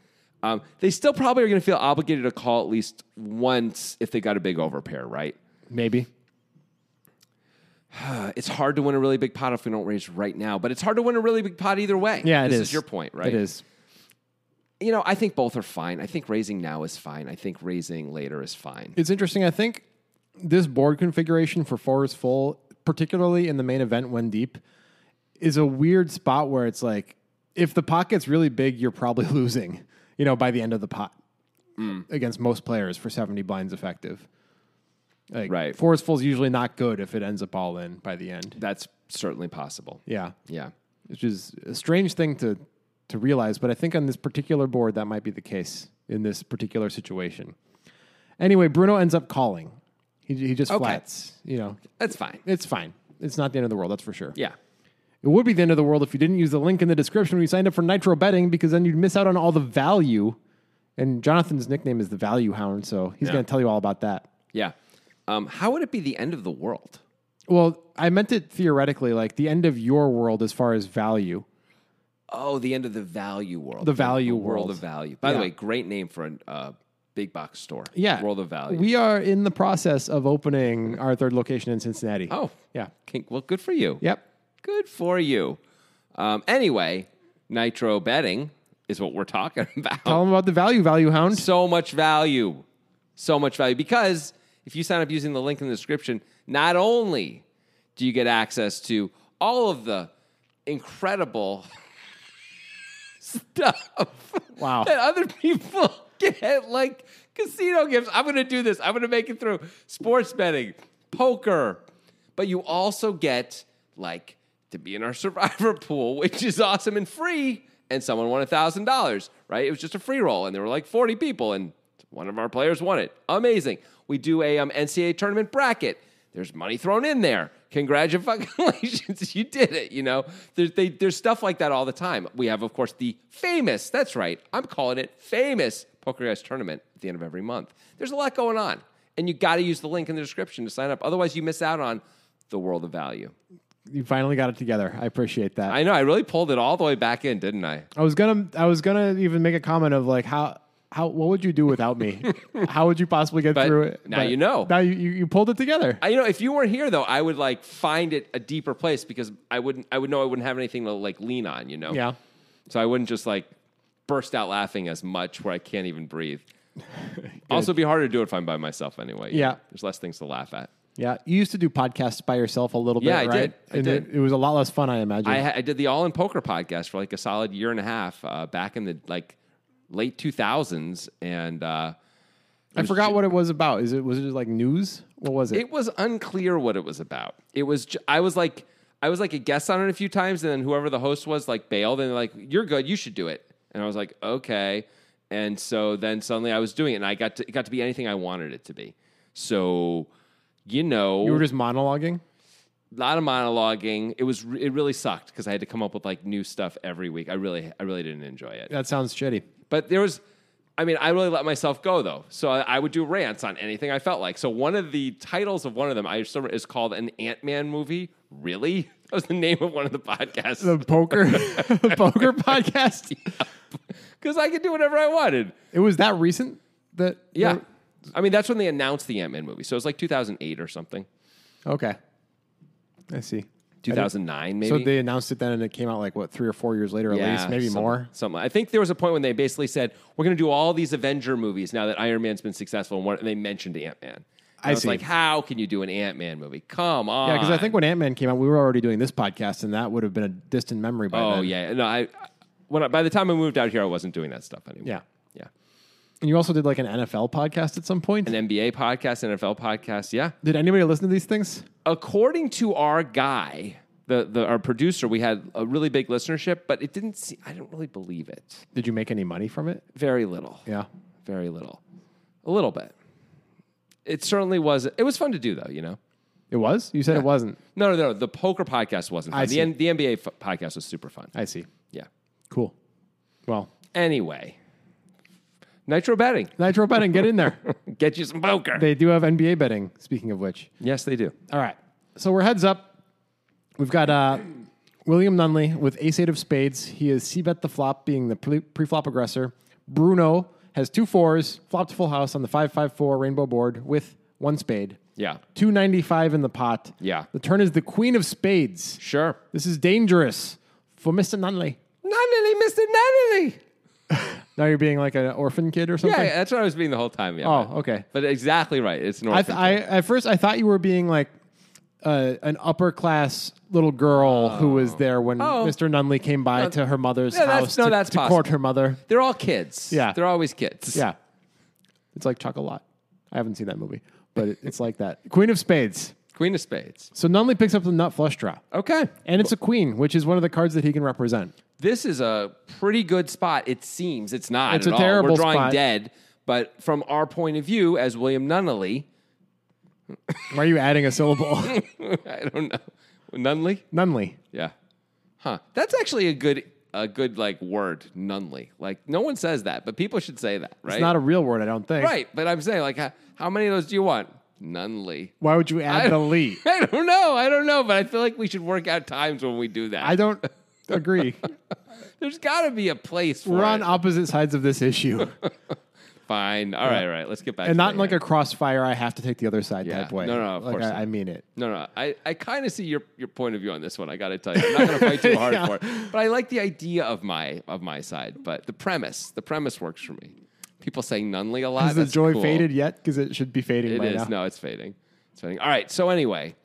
Um, they still probably are going to feel obligated to call at least once if they got a big overpair, right?
maybe
Uh, It's hard to win a really big pot if we don't raise right now, but it's hard to win a really big pot either way.
yeah, it
this
is
is your point, right?
It is.
You know, I think both are fine. I think raising now is fine. I think raising later is fine.
It's interesting. I think this board configuration for fours full, particularly in the main event when deep, is a weird spot where it's like if the pocket's really big, you're probably [laughs] losing. You know, by the end of the pot against most players for seventy blinds effective. Like,
Right.
Fours full is usually not good if it ends up all in by the end.
That's certainly possible.
Yeah.
Yeah.
Which is a strange thing to to realize. But I think on this particular board, that might be the case in this particular situation. Anyway, Bruno ends up calling. He, he just flats. You know,
That's fine.
it's fine. It's not the end of the world, that's for sure.
Yeah.
It would be the end of the world if you didn't use the link in the description when you signed up for Nitro Betting because then you'd miss out on all the value. And Jonathan's nickname is the Value Hound, so he's going to tell you all about that.
Yeah. Um, how would it be the end of the world?
Well, I meant it theoretically, like the end of your world as far as value.
Oh, the end of the value world.
The value
world
world.
of value. By the
Yeah.
way, great name for a uh, big box store.
Yeah.
World of value.
We are in the process of opening our third location in Cincinnati.
oh,
yeah.
Kink, well, good for you.
Yep.
Good for you. Um, anyway, nitro betting is what we're talking [laughs] about.
Tell them about the value, value hound.
so much value. So much value. Because if you sign up using the link in the description, not only do you get access to all of the incredible stuff
Wow.
that other people [laughs] get, like casino games. I'm going to do this. I'm going to make it through sports betting, poker. But you also get, like, to be in our [laughs] survivor pool, which is awesome and free. And someone won $1,000, right? It was just a free roll, and there were like 40 people, and one of our players won it. Amazing. We do a um, NCAA tournament bracket. There's money thrown in there. Congratulations, [laughs] you did it. You know, there's, they, there's stuff like that all the time. We have, of course, the famous, that's right, I'm calling it famous Poker Guys tournament at the end of every month. There's a lot going on, and you got to use the link in the description to sign up. Otherwise, you miss out on the world of value.
You finally got it together. I appreciate that.
I know, I really pulled it all the way back in, didn't I?
I was gonna I was gonna even make a comment of like how how what would you do without
[laughs]
me? how would you possibly get
But
through it?
now you know.
Now you, you, you pulled it together.
I, you know, if you weren't here though, I would like find it a deeper place because I wouldn't. I would know I wouldn't have anything to like lean on. You know.
yeah.
So I wouldn't just like burst out laughing as much where I can't even
[laughs]
breathe. also, it'd be harder to do it if I'm by myself anyway. you
Yeah.
know? There's less things to laugh at.
Yeah. You used to do podcasts by yourself a little
Yeah, I
bit,
did.
right?
I
and
did.
It, it was a lot less fun, I imagine.
I, ha- I did the All in Poker podcast for like a solid year and a half uh, back in the like late 2000s, and uh,
I forgot what it was about. Is it was it just like news? What was it?
it was unclear what it was about. It was ju- I was like I was like a guest on it a few times, and then whoever the host was like bailed, and they're like, "You're good, you should do it." And I was like, "Okay." And so then suddenly I was doing it, and I got to, it got to be anything I wanted it to be. So you know,
you were just monologuing.
a lot of monologuing. It was re- it really sucked because I had to come up with like new stuff every week. I really I really didn't enjoy it.
That sounds shitty.
But there was, I mean, I really let myself go though. So I, I would do rants on anything I felt like. So one of the titles of one of them I still remember, is called an Ant Man movie. Really, [laughs] that was the name of one of the
The
podcasts [laughs]
poker [laughs] the poker podcast.
because I could do whatever I wanted.
It was that recent that
Yeah, I mean that's when they announced the Ant Man movie. So it was like 2008 or something,
Okay. I see.
2009 maybe.
So they announced it then, and it came out like what three or four years later, at least, maybe
something-
more.
Something. I think there was a point when they basically said, "We're going to do all these Avenger movies now that Iron Man's been successful," and, one, and they mentioned Ant Man.
I
was
see.
Like, how can you do an Ant Man movie? Come on.
Yeah, because I think when Ant Man came out, we were already doing this podcast, and that would have been a distant memory by
Oh
then.
yeah, no. I when I, by the time I moved out here, I wasn't doing that stuff anymore.
Yeah.
yeah.
And you also did like an NFL podcast at some point.
An NBA podcast, NFL podcast. Yeah.
did anybody listen to these things?
According to our guy, the, the our producer, we had a really big listenership, but it didn't. See, I didn't really believe it.
Did you make any money from it?
Very little.
Yeah.
Very little. A little bit. It certainly was. It was fun to do though. You know.
It was. You said it wasn't.
No, no, no. The poker podcast wasn't. Fun.
I
The
see.
N- the NBA f- podcast was super fun.
I see.
Yeah.
Cool. Well,
Anyway, nitro betting.
Nitro betting, get
[laughs]
in there.
Get you some poker.
they do have NBA betting. Speaking of which,
yes, they do.
all right. So we're heads up. We've got uh, William Nunley with ace eight of spades. He is c bet the flop, being the pre- pre-flop aggressor. Bruno has two fours, flopped full house on the five five four rainbow board with one spade.
Yeah.
two ninety five in the pot.
Yeah.
the turn is the queen of spades.
Sure.
This is dangerous for Mister Nunley.
Nunnally, Mr. Nunnally.
Now you're being like an orphan kid or
Yeah,
something.
that's what I was being the whole time. Yeah.
Oh, okay.
But exactly right. It's an
I,
orphan.
th- I at first I thought you were being like uh, an upper class little girl who was there when
Oh.
Mr. Nunley came by to her mother's
Yeah, that's-
house
no,
to,
that's
to
possible.
court her mother.
They're all kids.
Yeah.
They're always kids.
Yeah, it's like Chocolat. I haven't seen that movie, but it, it's like that. Queen of Spades.
Queen of Spades.
So Nunley picks up the nut flush draw,
Okay.
and it's a queen, which is one of the cards that he can represent.
this is a pretty good spot. It seems it's not.
It's
at
a
all. We're
terrible
drawing
spot.
dead, but from our point of view as William Nunnally, [laughs]
Why are you adding a syllable?
I don't know Nunley.
Nunley.
Yeah, huh? That's actually a good a good like word Nunley. Like no one says that, but people should say that, right?
It's not a real word, I don't think.
right. But I'm saying like how, how many of those do you want? Nunley.
Why would you add the
[laughs]
Lee?
I don't know. I don't know, but I feel like we should work out times when we do that.
I don't agree.
There's got to be a place for
We're
it.
on opposite sides of this issue,
Fine. All right, all right. Let's get back.
and
to
not
the
in like
hand.
a crossfire. I have to take the other side
Yeah.
type way.
No, no, of
like
course
I,
not.
I mean it.
No, no. I, I kind of see your, your point of view on this one. I got to tell you, I'm not going to fight
[laughs]
too hard
Yeah.
for it. But I like the idea of my of my side. But the premise, the premise works for me. People saying Nunley a lot.
Has the
that's
joy
cool.
faded yet? Because it should be fading
It
by
is.
now.
No, it's fading. It's fading. All right. So anyway,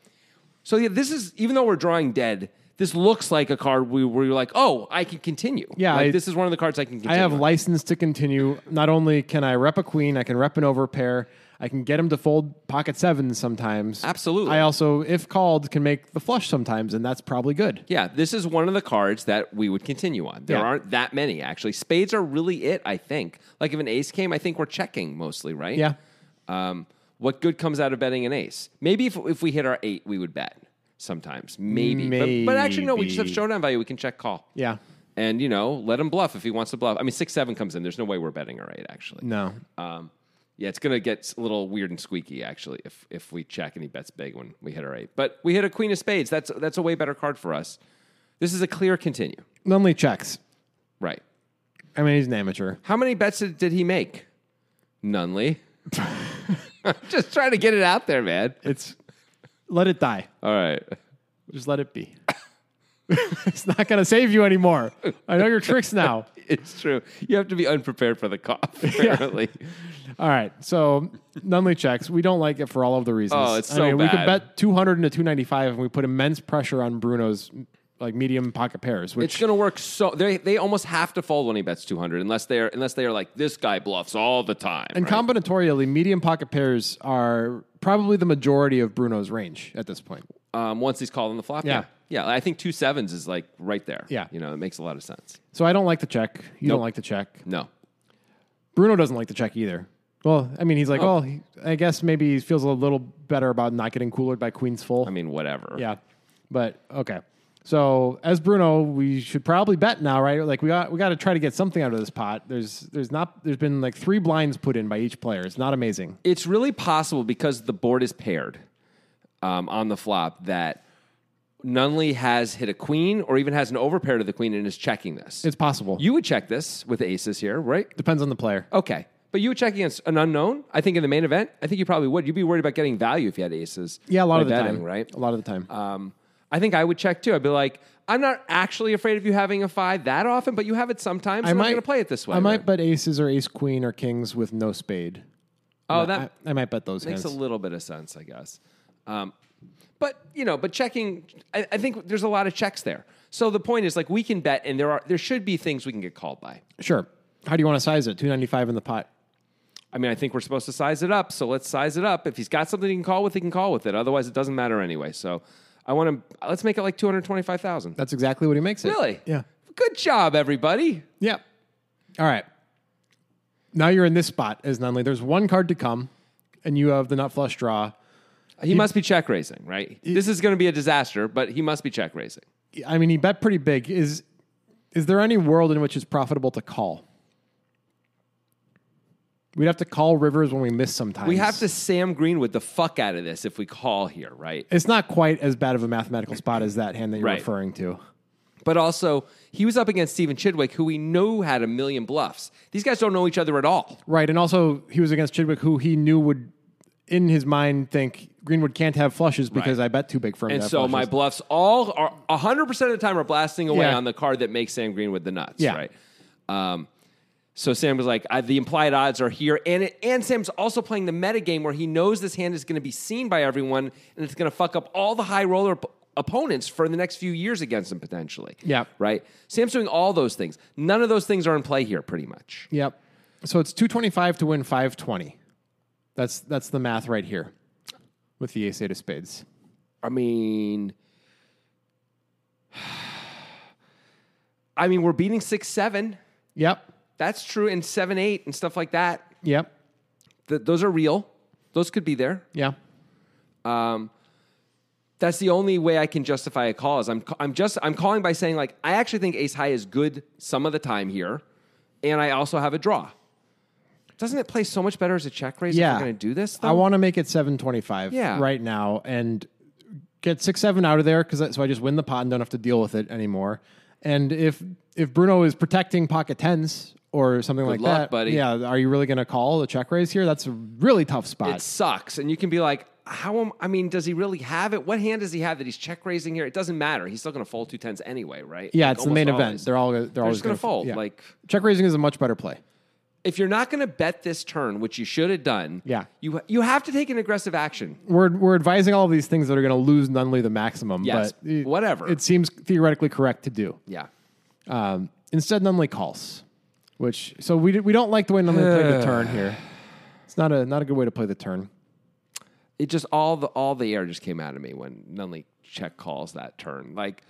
so yeah, this is even though we're drawing dead. This looks like a card we were like, oh, I can continue.
Yeah,
like,
I-
this is one of the cards I can. continue
I have
on.
license to continue. Not only can I rep a queen, I can rep an overpair. I can get him to fold pocket sevens sometimes.
Absolutely.
I also, if called, can make the flush sometimes, and that's probably good.
Yeah, this is one of the cards that we would continue on. There
Yeah.
aren't that many actually. Spades are really it, I think. Like if an ace came, I think we're checking mostly, right?
Yeah.
Um, what good comes out of betting an ace? Maybe if if we hit our eight, we would bet sometimes. Maybe, But, but actually, no. We just have
Maybe.
showdown value. We can check call.
Yeah.
and you know, let him bluff if he wants to bluff. I mean, six seven comes in. There's no way we're betting our eight actually.
No.
Um, yeah, it's gonna get a little weird and squeaky actually if if we check and he bets big when we hit our eight. But we hit a queen of spades. That's that's a way better card for us. This is a clear continue,
Nunley checks.
right?
I mean, he's an amateur.
How many bets did, did he make? Nunley. [laughs] Just trying to get it out there, man.
It's let it die.
All right.
Just let it be. [laughs] it's not going to save you anymore. I know your tricks now.
It's true. You have to be unprepared for the [laughs] cough, apparently.
All right. So Nunley checks. We don't like it for all of the reasons.
Oh, it's
I
so
mean, We
bad.
could bet 200 into 295 and we put immense pressure on Bruno's like medium pocket pairs,
It's
which
going to work so they they almost have to fold when he bets 200 unless they're unless they are like this guy bluffs all the time.
and
right?
combinatorially, medium pocket pairs are probably the majority of Bruno's range at this point.
um, once he's called on the flop.
Yeah.
yeah. I think two sevens is like right there.
Yeah.
you know, it makes a lot of sense.
So I don't like the check. You
Nope.
don't like the check.
No,
Bruno doesn't like the check either. Well, I mean, he's like, well, he, I guess maybe he feels a little better about not getting coolered by Queen's full.
I mean whatever.
Yeah, but okay. So as Bruno, we should probably bet now, right? Like we got we got to try to get something out of this pot. There's there's not there's been like three blinds put in by each player. It's not amazing.
it's really possible because the board is paired um, on the flop that Nunley has hit a queen or even has an overpair to the queen and is checking this.
It's possible.
you would check this with aces here, right?
Depends on the player.
Okay. But you would check against an unknown, I think, in the main event. I think you probably would. You'd be worried about getting value if you had aces.
Yeah, a lot
by
of the
betting,
time,
right?
A lot of the time.
Um, I think I would check too. I'd be like, I'm not actually afraid of you having a five that often, but you have it sometimes. I am going to play it this way.
I might
right?
bet aces or ace queen or kings with no spade.
Oh,
I-
that
I, I might bet those
makes
hands.
a little bit of sense, I guess. Um, but you know, but checking, I, I think there's a lot of checks there. So the point is, like, we can bet, and there are there should be things we can get called by.
sure. How do you want to size it? Two ninety five in the pot.
I mean, I think we're supposed to size it up. So let's size it up. If he's got something he can call with, he can call with it. Otherwise, it doesn't matter anyway. So I want to let's make it like two hundred twenty-five thousand.
That's exactly what he makes it.
Really?
Yeah.
Good job, everybody.
Yeah. All right. Now you're in this spot as Nunley. There's one card to come, and you have the nut flush draw.
He, must be check raising, right? this is going to be a disaster, but he must be check raising.
I mean, he bet pretty big. Is is there any world in which it's profitable to call? We'd have to call rivers when we miss sometimes.
We have to Sam Greenwood the fuck out of this if we call here, right?
It's not quite as bad of a mathematical spot as that hand that you're
Right.
referring to.
But also, he was up against Stephen Chidwick, who we know had a million bluffs. These guys don't know each other at all.
Right, and also he was against Chidwick, who he knew would, in his mind, think Greenwood can't have flushes because
Right.
I bet too big for him.
And
to have
so
flushes.
my bluffs all are 100% of the time are blasting away
Yeah.
on the card that makes Sam Greenwood the nuts,
Yeah.
right? Um, so Sam was like, I, the implied odds are here. And, it, and Sam's also playing the metagame where he knows this hand is going to be seen by everyone and it's going to fuck up all the high roller op- opponents for the next few years against him potentially.
Yeah.
Right? Sam's doing all those things. None of those things are in play here, pretty much.
Yep. So it's 225 to win 520. That's that's the math right here with the ace eight of spades.
I mean, [sighs] I mean, we're beating six seven.
Yep.
That's true, and seven eight and stuff like that.
Yep.
Th- those are real. Those could be there.
Yeah.
That's the only way I can justify a call. Is I'm ca- I'm just I'm calling by saying like I actually think Ace High is good some of the time here, and I also have a draw. Doesn't it play so much better as a check raise?
Yeah.
if we're going to do this. Though?
I want to make it 725
Yeah.
right now and get 6 7 out of there cuz so I just win the pot and don't have to deal with it anymore. And if if Bruno is protecting pocket 10s or something like
luck,
that,
buddy.
yeah, are you really going to call the check raise here? That's a really tough spot.
it sucks. And you can be like, how am I mean, does he really have it? What hand does he have that he's check raising here? It doesn't matter. He's still gonna fold two tens anyway, right?
yeah,
Like,
it's the main
almost
event.
always.
They're all they're, they're always
just gonna
gonna-
fold,
yeah.
like-
check raising is a much better play.
if you're not gonna bet this turn, which you should have done,
Yeah.
you you have to take an aggressive action.
We're we're advising all of these things that are going to lose Nunley the maximum,
Yes,
but it-
whatever.
It seems theoretically correct to do.
Yeah.
Um, instead, Nunley calls, which so we d- we don't like the way Nunley
[sighs]
played the turn here. It's not a not a good way to play the turn.
It just all the all the air just came out of me when Nunley check calls that turn. Like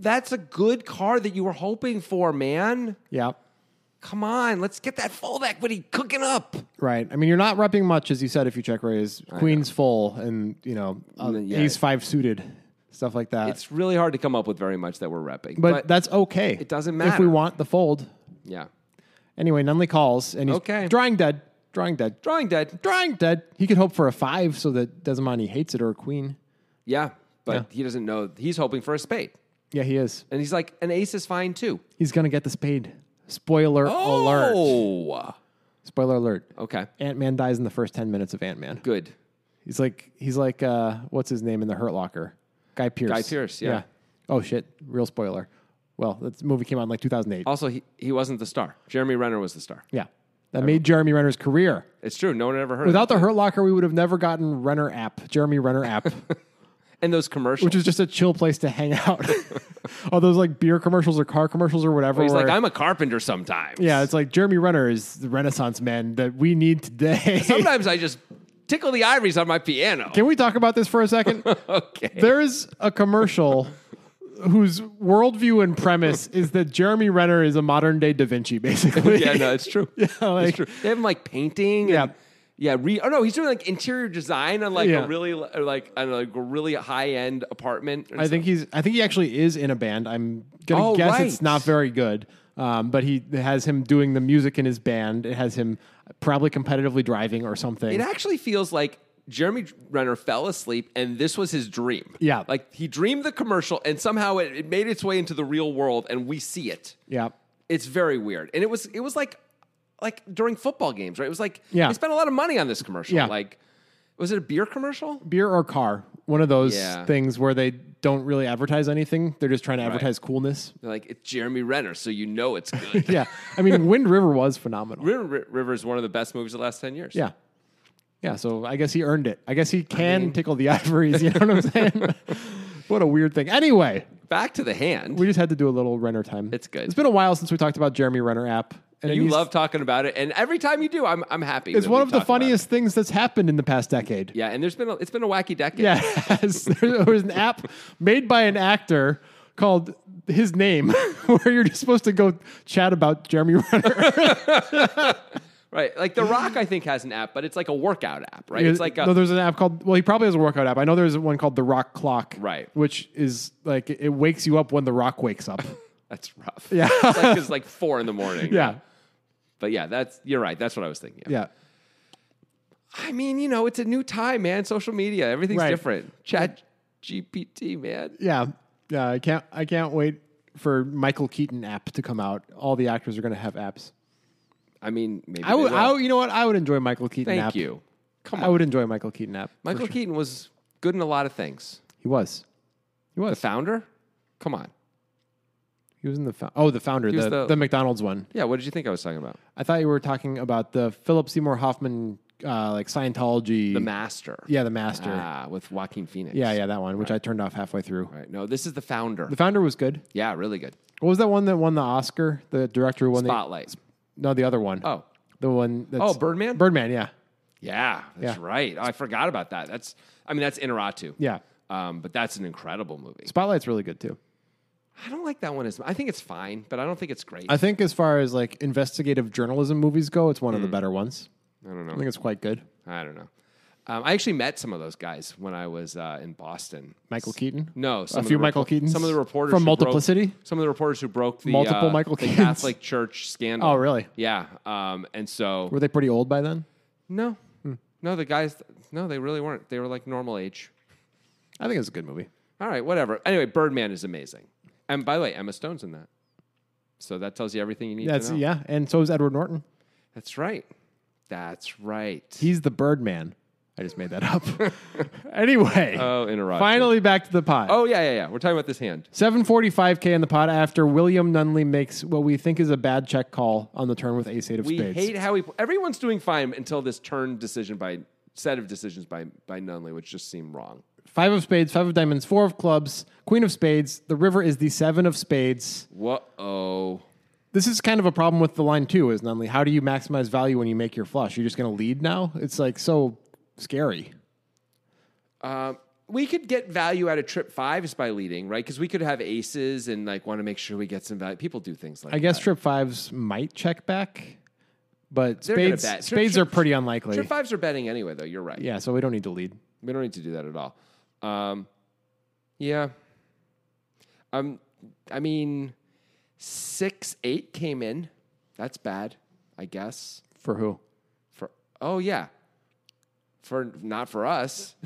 that's a good card that you were hoping for, man.
Yeah,
Come on, let's get that fold equity cooking up.
right. I mean, you're not repping much as you said if you check raise. Queen's full, and you know uh,
Mm, yeah.
ace five suited, stuff like that.
It's really hard to come up with very much that we're repping.
but, that's okay.
it doesn't
if we
matter.
want the fold.
yeah.
Anyway, Nunley calls, and he's
Okay.
drawing dead, drawing dead,
Drawing dead.
drawing dead. He could hope for a five so that Desmond hates it or a queen.
Yeah, but
Yeah.
he doesn't know. He's hoping for a spade.
Yeah, he is.
And he's like, an ace is fine too.
He's gonna get the spade. Spoiler alert!
Oh,
Spoiler alert!
okay.
Ant Man dies in the first ten minutes of Ant Man.
Good.
He's like he's like uh, what's his name in the Hurt Locker? Guy Pierce.
Guy Pearce, yeah.
Oh shit! Real spoiler. Well, that movie came out in like 2008.
Also, he, he wasn't the star. Jeremy Renner was the star.
yeah, that made Jeremy Renner's career.
It's true. No one ever heard
Without
of
the Hurt Locker, we would have never gotten Renner app, Jeremy Renner app, [laughs]
it. And those commercials.
which is just a chill place to hang out. [laughs] All those like beer commercials or car commercials or whatever.
he's like,
where-
I'm a carpenter sometimes.
yeah, it's like Jeremy Renner is the Renaissance man that we need today.
sometimes I just tickle the ivories on my piano.
[laughs] Can we talk about this for a second?
[laughs] okay.
There's a commercial whose worldview and premise is that Jeremy Renner is a modern day Da Vinci, basically.
yeah, no, it's true. yeah,
like-
it's true. They have him like painting.
Yeah.
And, yeah. Re- oh no, he's doing like interior design on like
Yeah.
a really or, like on like a really high end apartment. or
[laughs] I think he's. I think he actually is in a band. I'm gonna
Oh,
guess
right.
it's not very good. Um, but he it has him doing the music in his band. It has him probably competitively driving or something.
It actually feels like Jeremy Renner fell asleep and this was his dream.
Yeah.
Like he dreamed the commercial and somehow it, it made its way into the real world and we see it.
yeah,
It's very weird. And it was it was like like during football games, right? It was like
Yeah.
they spent a lot of money on this commercial.
Yeah.
Like was it a beer commercial?
beer or car. One of those
Yeah.
things where they don't really advertise anything. They're just trying to advertise coolness.
They're like it's Jeremy Renner, so you know it's good.
[laughs] Yeah, I
[laughs]
mean, Wind River was phenomenal.
River, River is one of the best movies of the last 10 years.
Yeah. Yeah, so I guess he earned it. I guess he can tickle the [laughs] ivories,
[laughs]
you know what I'm saying? what a weird thing. Anyway,
Back to the hand.
we just had to do a little Renner time.
It's good.
It's been a while since we talked about Jeremy Renner app. And it
you
needs-
love talking about it and every time you do, I'm I'm happy.
it's
that
one
we
of the
talk about it.
funniest things that's happened in the past decade.
Yeah, and there's been a, it's been a wacky decade.
Yeah. [laughs] there was an app made by an actor called his name [laughs] where you're just supposed to go chat about Jeremy Renner. [laughs]
Right. Like The Rock, I think, has an app, but it's like a workout app, right? It's like a.
no, there's an app called well, he probably has a workout app. I know there's one called the Rock Clock,
Right.
Which is like it wakes you up when the Rock wakes [laughs] up.
that's rough. Yeah. [laughs] it's, like, it's like four in the morning.
yeah,
But yeah, that's, you're right. That's what I was thinking. of.
yeah.
I mean, you know, it's a new time, man. Social media, everything's
Right.
different. Chat GPT, man.
Yeah. Yeah, I can't I can't wait for Michael Keaton app to come out. All the actors are going to have apps.
I mean, maybe.
I would
they will.
I, would- you know what? I would enjoy Michael Keaton
Thank
app.
you. Come
I
on.
would enjoy Michael Keaton app. for
Michael
sure.
Keaton was good in a lot of things.
He was. He
The
was.
founder? Come on.
He was in the fou- Oh, the founder,
was
the, the
the-
McDonald's one.
Yeah, what did you think I was talking about?
I thought you were talking about the Philip Seymour Hoffman uh, like Scientology
The Master.
Yeah, the master.
Ah, with Joaquin Phoenix.
Yeah, yeah, that one, which I turned off halfway through.
Right. No, this is the founder.
The founder was good.
yeah, really good.
What was that one that won the Oscar? The director who won
Spotlight.
the no, the other one.
Oh.
the one. That's,
Oh, Birdman?
Birdman. Yeah,
Yeah, that's
Yeah.
right. I forgot about that. That's I mean that's Inarritu.
yeah.
Um, but that's an incredible movie.
Spotlight's really good too.
I don't like that one as. I think it's fine, but I don't think it's great.
I think as far as like investigative journalism movies go, it's one of the better ones.
Hmm. I don't know.
I think it's quite good.
I don't know. Um, I actually met some of those guys when I was uh, in Boston.
Michael Keaton.
No, some
a
of the
few
repo-
Michael Keatons.
Some of the reporters
from
who broke-
Multiplicity.
some of the reporters who broke the
Multiple
uh,
Michael
the
Keatons.
Catholic Church scandal.
Oh, really?
Yeah. Um, and so
Were Hmm. they pretty old by then?
no, no, the guys, no, they really weren't. They were like normal age.
I think it's a good movie.
All right, whatever. Anyway, Birdman is amazing. And by the way, Emma Stone's in that. So that tells you everything you need
That's
to know.
yeah, and so is Edward Norton.
That's right. That's right.
He's the Birdman. I just made
[laughs]
that up. [laughs] anyway,
Oh, interrupt.
finally back to the pot.
Oh, yeah, yeah, yeah. We're talking about this hand.
745k in the pot after William Nunley makes what we think is a bad check call on the turn with ace eight of
We
spades.
hate how we. Everyone's doing fine until this turn decision by set of decisions by by Nunley, which just seemed wrong.
Five of spades, five of diamonds, four of clubs, queen of spades. The river is the seven of spades.
Whoa. Oh.
This is kind of a problem with the line too, is Nunley. How do you maximize value when you make your flush? You're just going to lead now. It's like so scary.
Um, we could get value out of trip fives by leading, right? Because we could have aces and like want to make sure we get some value. People do things like
I guess trip fives might check back, but
They're gonna
spades
bet. Trip-
spades
trip-
are pretty unlikely.
trip fives are betting anyway, though. You're right.
yeah, so we don't need to lead.
We don't need to do that at all. Um, yeah. Um, I mean, six eight came in. That's bad, I guess.
For who?
For oh yeah, for not for us. [laughs]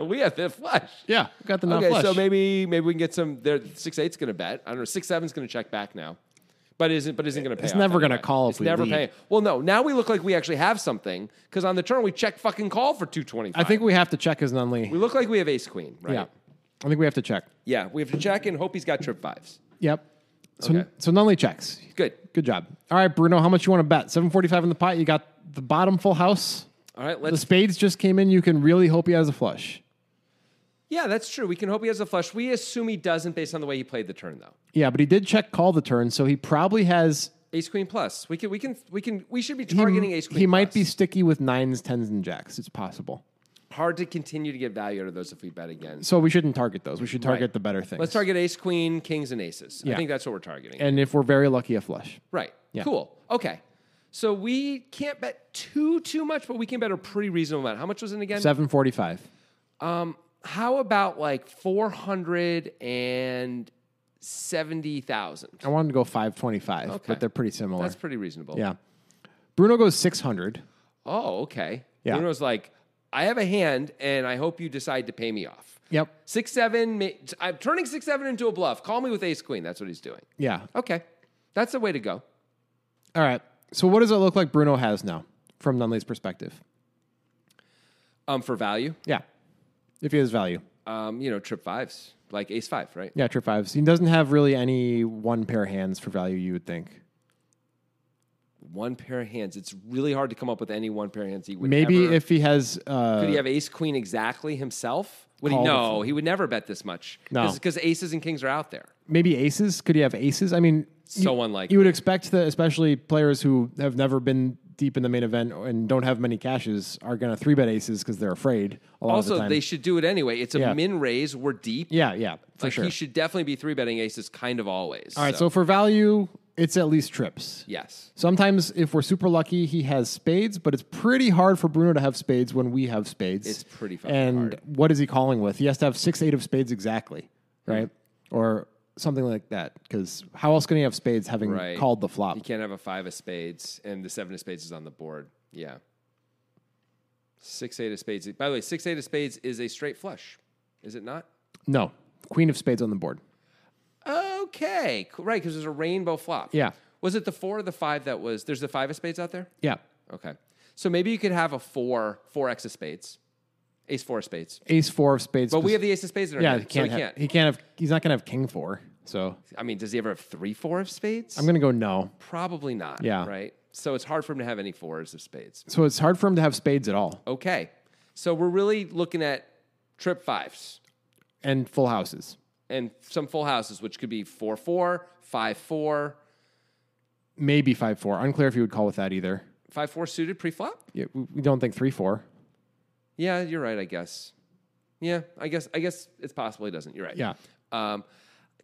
we have fifth flush.
Yeah, got the not
Okay,
flush.
so maybe maybe we can get some. There, six eight's going to bet. I don't know. Six seven's going to check back now, but isn't but isn't going to pay.
It's
off
never gonna
anyway.
call if
It's
we
never
lead.
paying. Well, no. Now we look like we actually have something because on the turn we check fucking call for two twenty five.
I think we have to check as Nunley.
We look like we have ace queen, right?
Yeah, I think we have to check.
Yeah, we have to check and hope he's got trip fives.
Yep. So
Okay.
so Nunley checks.
Good.
Good job. All right, Bruno, how much you want to bet? Seven forty-five in the pot. You got the bottom full house.
All right,
The
let's.
spades just came in. You can really hope he has a flush.
Yeah, that's true. We can hope he has a flush. We assume he doesn't based on the way he played the turn, though.
Yeah, but he did check call the turn, so he probably has.
Ace queen plus. We can. We can. We can. We should be
He,
targeting ace queen.
he might be
plus.
sticky with nines, tens, and jacks. It's possible.
hard to continue to get value out of those if we bet again.
So we shouldn't target those. We should target
Right.
the better things.
Let's target ace queen, kings, and aces. I
Yeah.
think that's what we're targeting.
And if we're very lucky, a flush.
right.
Yeah.
Cool. Okay. So we can't bet too too much, but we can bet a pretty reasonable amount. How much was in again?
Seven forty-five.
Um, how about like four hundred and seventy thousand?
I wanted to go five twenty-five,
Okay.
but they're pretty similar.
That's pretty reasonable.
yeah. Bruno goes six hundred.
Oh, okay.
Yeah.
Bruno's like, I have a hand, and I hope you decide to pay me off.
Yep.
Six seven. ma- I'm turning six seven into a bluff. Call me with ace queen. That's what he's doing.
Yeah.
Okay, that's the way to go.
All right. So what does it look like Bruno has now from Nunley's perspective?
Um, for value,
Yeah. If he has value.
um, you know, trip fives, like ace five, right?
Yeah, trip fives. He doesn't have really any one pair hands for value, you would think.
One pair of hands. It's really hard to come up with any one pair of hands he would.
Maybe
ever-
if he has uh
could he have ace queen exactly himself? Would he?
Call the
No, he would never bet this much.
No.
because aces and kings are out there.
maybe aces. Could he have aces? I mean
So
you,
unlikely.
You would expect that especially players who have never been deep in the main event and don't have many caches are gonna three bet aces because they're afraid a lot of the
Also,
time.
they should do it anyway. It's a
Yeah.
min raise. We're deep.
yeah, yeah, for
like
sure.
he should definitely be three betting aces, kind of always.
All right, so for value, it's at least trips.
yes,
Sometimes, if we're super lucky, he has spades, but it's pretty hard for Bruno to have spades when we have spades.
It's pretty fucking
And
hard. Hmm.
what is he calling with? He has to have six, eight of spades exactly, right? Or something like that. Because how else can he have spades having
right.
called the flop?
You can't have a five of spades, and the seven of spades is on the board. Yeah, six eight of spades. By the way, six eight of spades is a straight flush, is it not?
No, queen of spades on the board.
Okay, cool. right, because there's a rainbow flop.
Yeah.
Was it the four or the five that was? There's the five of spades out there.
Yeah,
Okay, so maybe you could have a four, four x of spades, ace four of spades.
ace four of spades.
But we have the ace of spades in our
yeah.
hand,
He can't.
so
have,
we
He can't have. He's not gonna have king four. So
I mean, does he ever have three four of spades?
I'm gonna go no.
Probably not.
Yeah.
Right. So it's hard for him to have any fours of spades.
So it's hard for him to have spades at all
Okay. So we're really looking at trip fives
and full houses.
and some full houses, which could be four four, five four,
Maybe five four. Unclear if he would call with that either.
five four suited pre flop.
Yeah, we we don't think three four.
Yeah, you're right. I guess. Yeah, I guess. I guess it's possible he doesn't. You're right.
Yeah.
Um,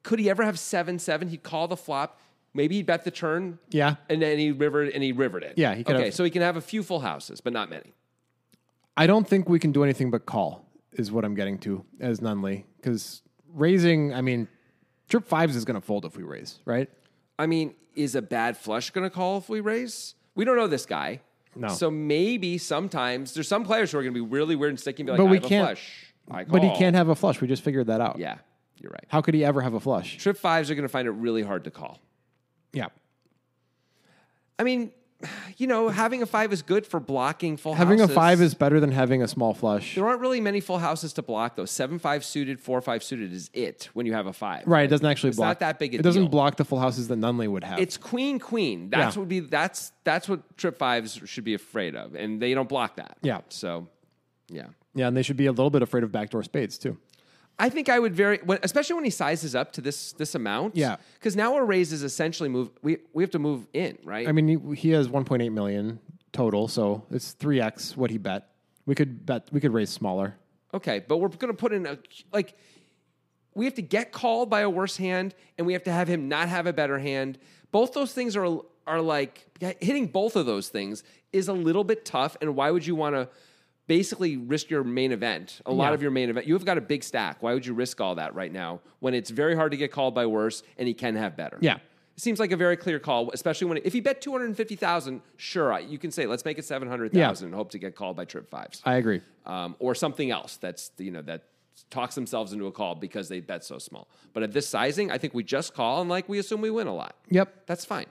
could he ever have seven seven? He'd call the flop. Maybe he'd bet the turn.
Yeah.
And then he rivered and he rivered it.
Yeah, he could
okay,
have-
so he can have a few full houses, but not many.
I don't think we can do anything but call is what I'm getting to as Nunley because raising. I mean, trip fives is going to fold if we raise, right?
I mean, is a bad flush going to call if we raise? We don't know this guy.
No.
So maybe sometimes there's some players who are going to be really weird and sticky and be like,
But
I
we
have
can't-
a flush. I
But he
call.
can't have a flush. We just figured that out.
oh. Yeah, you're right.
How could he ever have a flush?
Trip fives are going to find it really hard to call.
Yeah.
I mean, you know, having a five is good for blocking full
Having a
houses.
five is better than having a small flush.
There aren't really many full houses to block, though. Seven five suited, four five suited is it when you have a five.
Right, it doesn't actually
It's
block.
not that big a
It doesn't
deal.
block the full houses that Nunley would have.
It's queen queen. That's
Yeah.
what be that's that's what trip fives should be afraid of, and they don't block that.
Yeah.
So, yeah.
yeah, and they should be a little bit afraid of backdoor spades too.
I think I would very, when, especially when he sizes up to this this amount.
Yeah.
Because now our raise is essentially move. We we have to move in, right?
I mean, he, he has 1.8 million total, so it's 3x what he bet. We could bet we could raise smaller.
Okay, but we're going to put in a like we have to get called by a worse hand and we have to have him not have a better hand. Both those things are are like hitting both of those things is a little bit tough and why would you want to basically risk your main event? A lot
Yeah.
of your main event. You've got a big stack. Why would you risk all that right now when it's very hard to get called by worse and he can have better?
Yeah.
It seems like a very clear call, especially when if he bet 250,000, sure, I- you can say let's make it 700,000 and hope to get called by trip fives
I agree.
um, or something else that's you know that talks themselves into a call because they bet so small. But at this sizing, I think we just call and like we assume we win a lot.
Yep,
That's fine.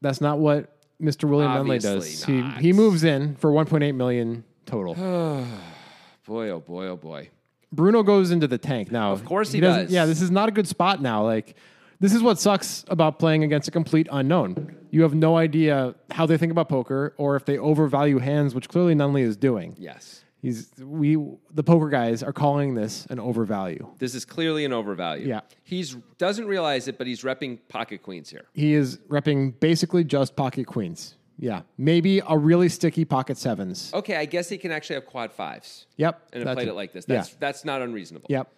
that's not what Mr. William Nunley
Obviously
does.
not.
He he moves in for 1.8 million total.
Boy, oh boy, oh boy.
Bruno goes into the tank now. Of
course he does.
Yeah, this is not a good spot now. Like this is what sucks about playing against a complete unknown. You have no idea how they think about poker or if they overvalue hands, which clearly Nunley is doing.
Yes.
He's we the poker guys are calling this an overvalue.
This is clearly an overvalue.
Yeah.
He's doesn't realize it, but he's repping pocket queens here.
He is repping basically just pocket queens. Yeah, maybe a really sticky pocket sevens.
Okay, I guess he can actually have quad fives.
Yep,
Oh. And have
that's
played
it.
it like this.
Yeah.
That's that's not unreasonable.
Yep,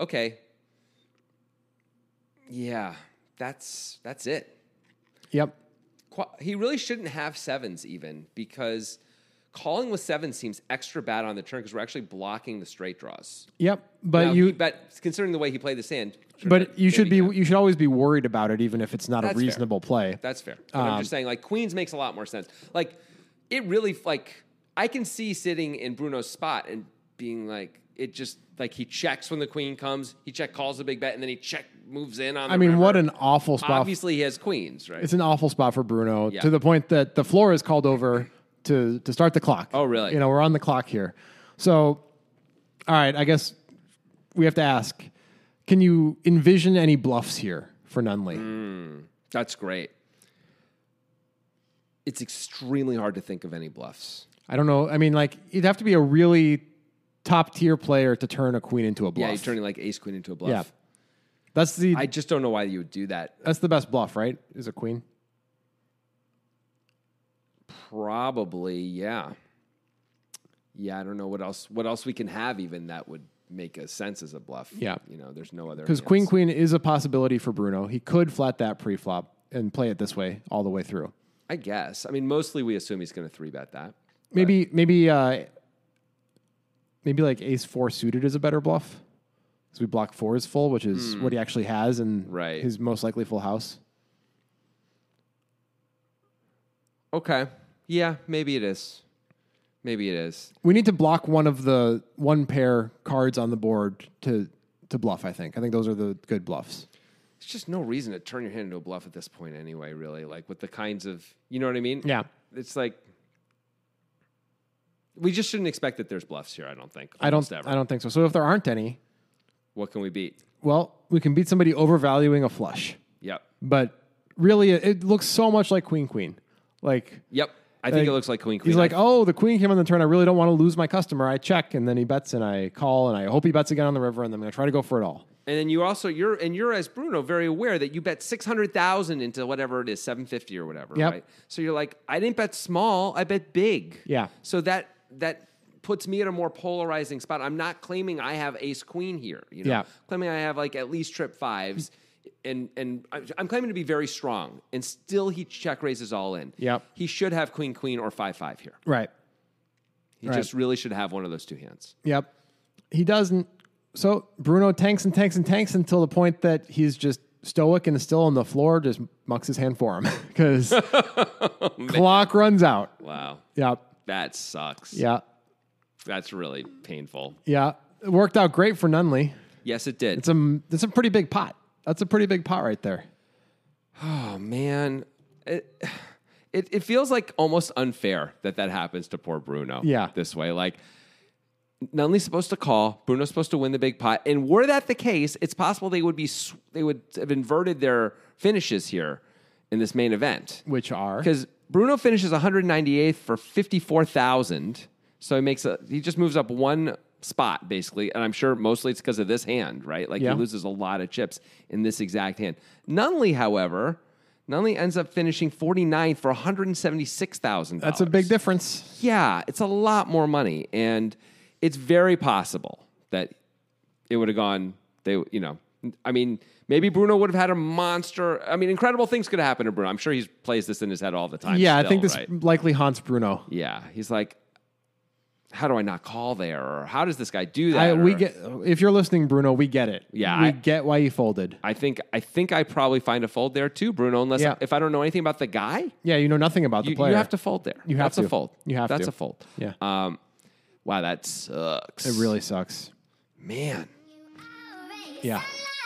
Okay. Yeah. That's that's it.
yep.
Qua- he really shouldn't have sevens even because calling with sevens seems extra bad on the turn because we're actually blocking the straight draws.
Yep, but
Now, he
you,
bet considering the way he played this hand. should've been
but you should
maybe
be,
good.
you should always be worried about it, even if it's not
That's
a
fair.
reasonable play.
That's fair. But I'm
um,
just saying, like queens makes a lot more sense. Like it really, like I can see sitting in Bruno's spot and being like, it just like he checks when the queen comes, he check calls the big bet, and then he check moves in on.
I
the
mean,
river.
what an awful spot!
obviously he has queens, right?
It's an awful spot for Bruno
Yeah.
to the point that the floor is called over to to start the clock.
Oh, really?
You know, we're on the clock here. So, all right, I guess we have to ask: Can you envision any bluffs here for Nunley?
Mm. That's great. It's extremely hard to think of any bluffs.
I don't know. I mean, like you'd have to be a really top tier player to turn a queen into a bluff.
Yeah, you're turning like ace queen into a bluff.
Yeah. That's the
I just don't know why you would do that.
that's the best bluff, right? Is a queen.
Probably, yeah. Yeah, I don't know what else what else we can have even that would make a sense as a bluff.
Yeah.
You know, there's no other
Because
hands.
queen queen is a possibility for Bruno. He could flat that preflop and play it this way all the way through.
I guess. I mean, mostly we assume he's gonna three bet that.
Maybe maybe uh, maybe like ace four suited is a better bluff. Because we block four is full, which is what he actually has and
Hmm. Right.
his most likely full house.
Okay. Yeah, maybe it is. Maybe it is.
We need to block one of the one pair cards on the board to to bluff, I think. I think those are the good bluffs.
There's just no reason to turn your hand into a bluff at this point anyway, really. Like with the kinds of you know what I mean?
Yeah.
It's like we just shouldn't expect that there's bluffs here, I don't think.
I don't
almost ever.
I don't think so. So if there aren't any,
What can we beat?
well, we can beat somebody overvaluing a flush.
Yep.
But really it, it looks so much like queen queen. Like
Yep. I think
Like,
it looks like queen queen.
He's like,
I-
oh, the queen came on the turn. I really don't want to lose my customer. I check, and then he bets, and I call, and I hope he bets again on the river, and I'm going to try to go for it all.
And then you also you're and you're as Bruno very aware that you bet six hundred thousand into whatever it is seven fifty or whatever,
Yep.
right? So you're like, I didn't bet small, I bet big.
Yeah.
So that that puts me at a more polarizing spot. I'm not claiming I have ace queen here. You know,
Yeah.
claiming I have like at least trip fives and and I- I'm claiming to be very strong, and still he check raises all in.
Yep.
he should have queen queen or five five here.
Right.
He
Right.
just really should have one of those two hands.
Yep. He doesn't. So Bruno tanks and tanks and tanks until the point that he's just stoic and is still on the floor, just mucks his hand for him [laughs] because clock runs out.
Wow,
Yep.
that sucks.
Yeah.
that's really painful.
Yeah. It worked out great for Nunley.
Yes, it did.
It's a, it's a pretty big pot. That's a pretty big pot right there.
oh man, it, [sighs] it it feels like almost unfair that that happens to poor Bruno.
Yeah.
this way, like. Nunley's supposed to call. Bruno's supposed to win the big pot. And were that the case, it's possible they would be sw- they would have inverted their finishes here in this main event.
Which are
because Bruno finishes 198th for 54,000. So he makes a he just moves up one spot basically, and I'm sure mostly it's because of this hand, right? Like
Yeah.
he loses a lot of chips in this exact hand. Nunley, however, Nunley ends up finishing 49th for 176,000.
that's a big difference.
yeah. It's a lot more money, and it's very possible that it would have gone. They, you know, I mean, maybe Bruno would have had a monster. I mean, incredible things could happen to Bruno. I'm sure he plays this in his head all the time.
yeah, I
still,
think this
right?
likely haunts Bruno.
Yeah, he's like, how do I not call there, or how does this guy do that?
I, we
Or-
get if you're listening, Bruno, we get it.
Yeah,
we
I-
get why you folded.
I think I think I probably find a fold there too, Bruno. Unless
Yeah.
if I don't know anything about the guy, you,
Yeah, you know nothing about the
you
player.
have to fold there.
You have
That's
to.
a fold.
You have
That's
to.
a fold.
Yeah.
Um, wow, that sucks.
It really sucks.
man.
Yeah.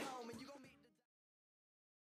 home.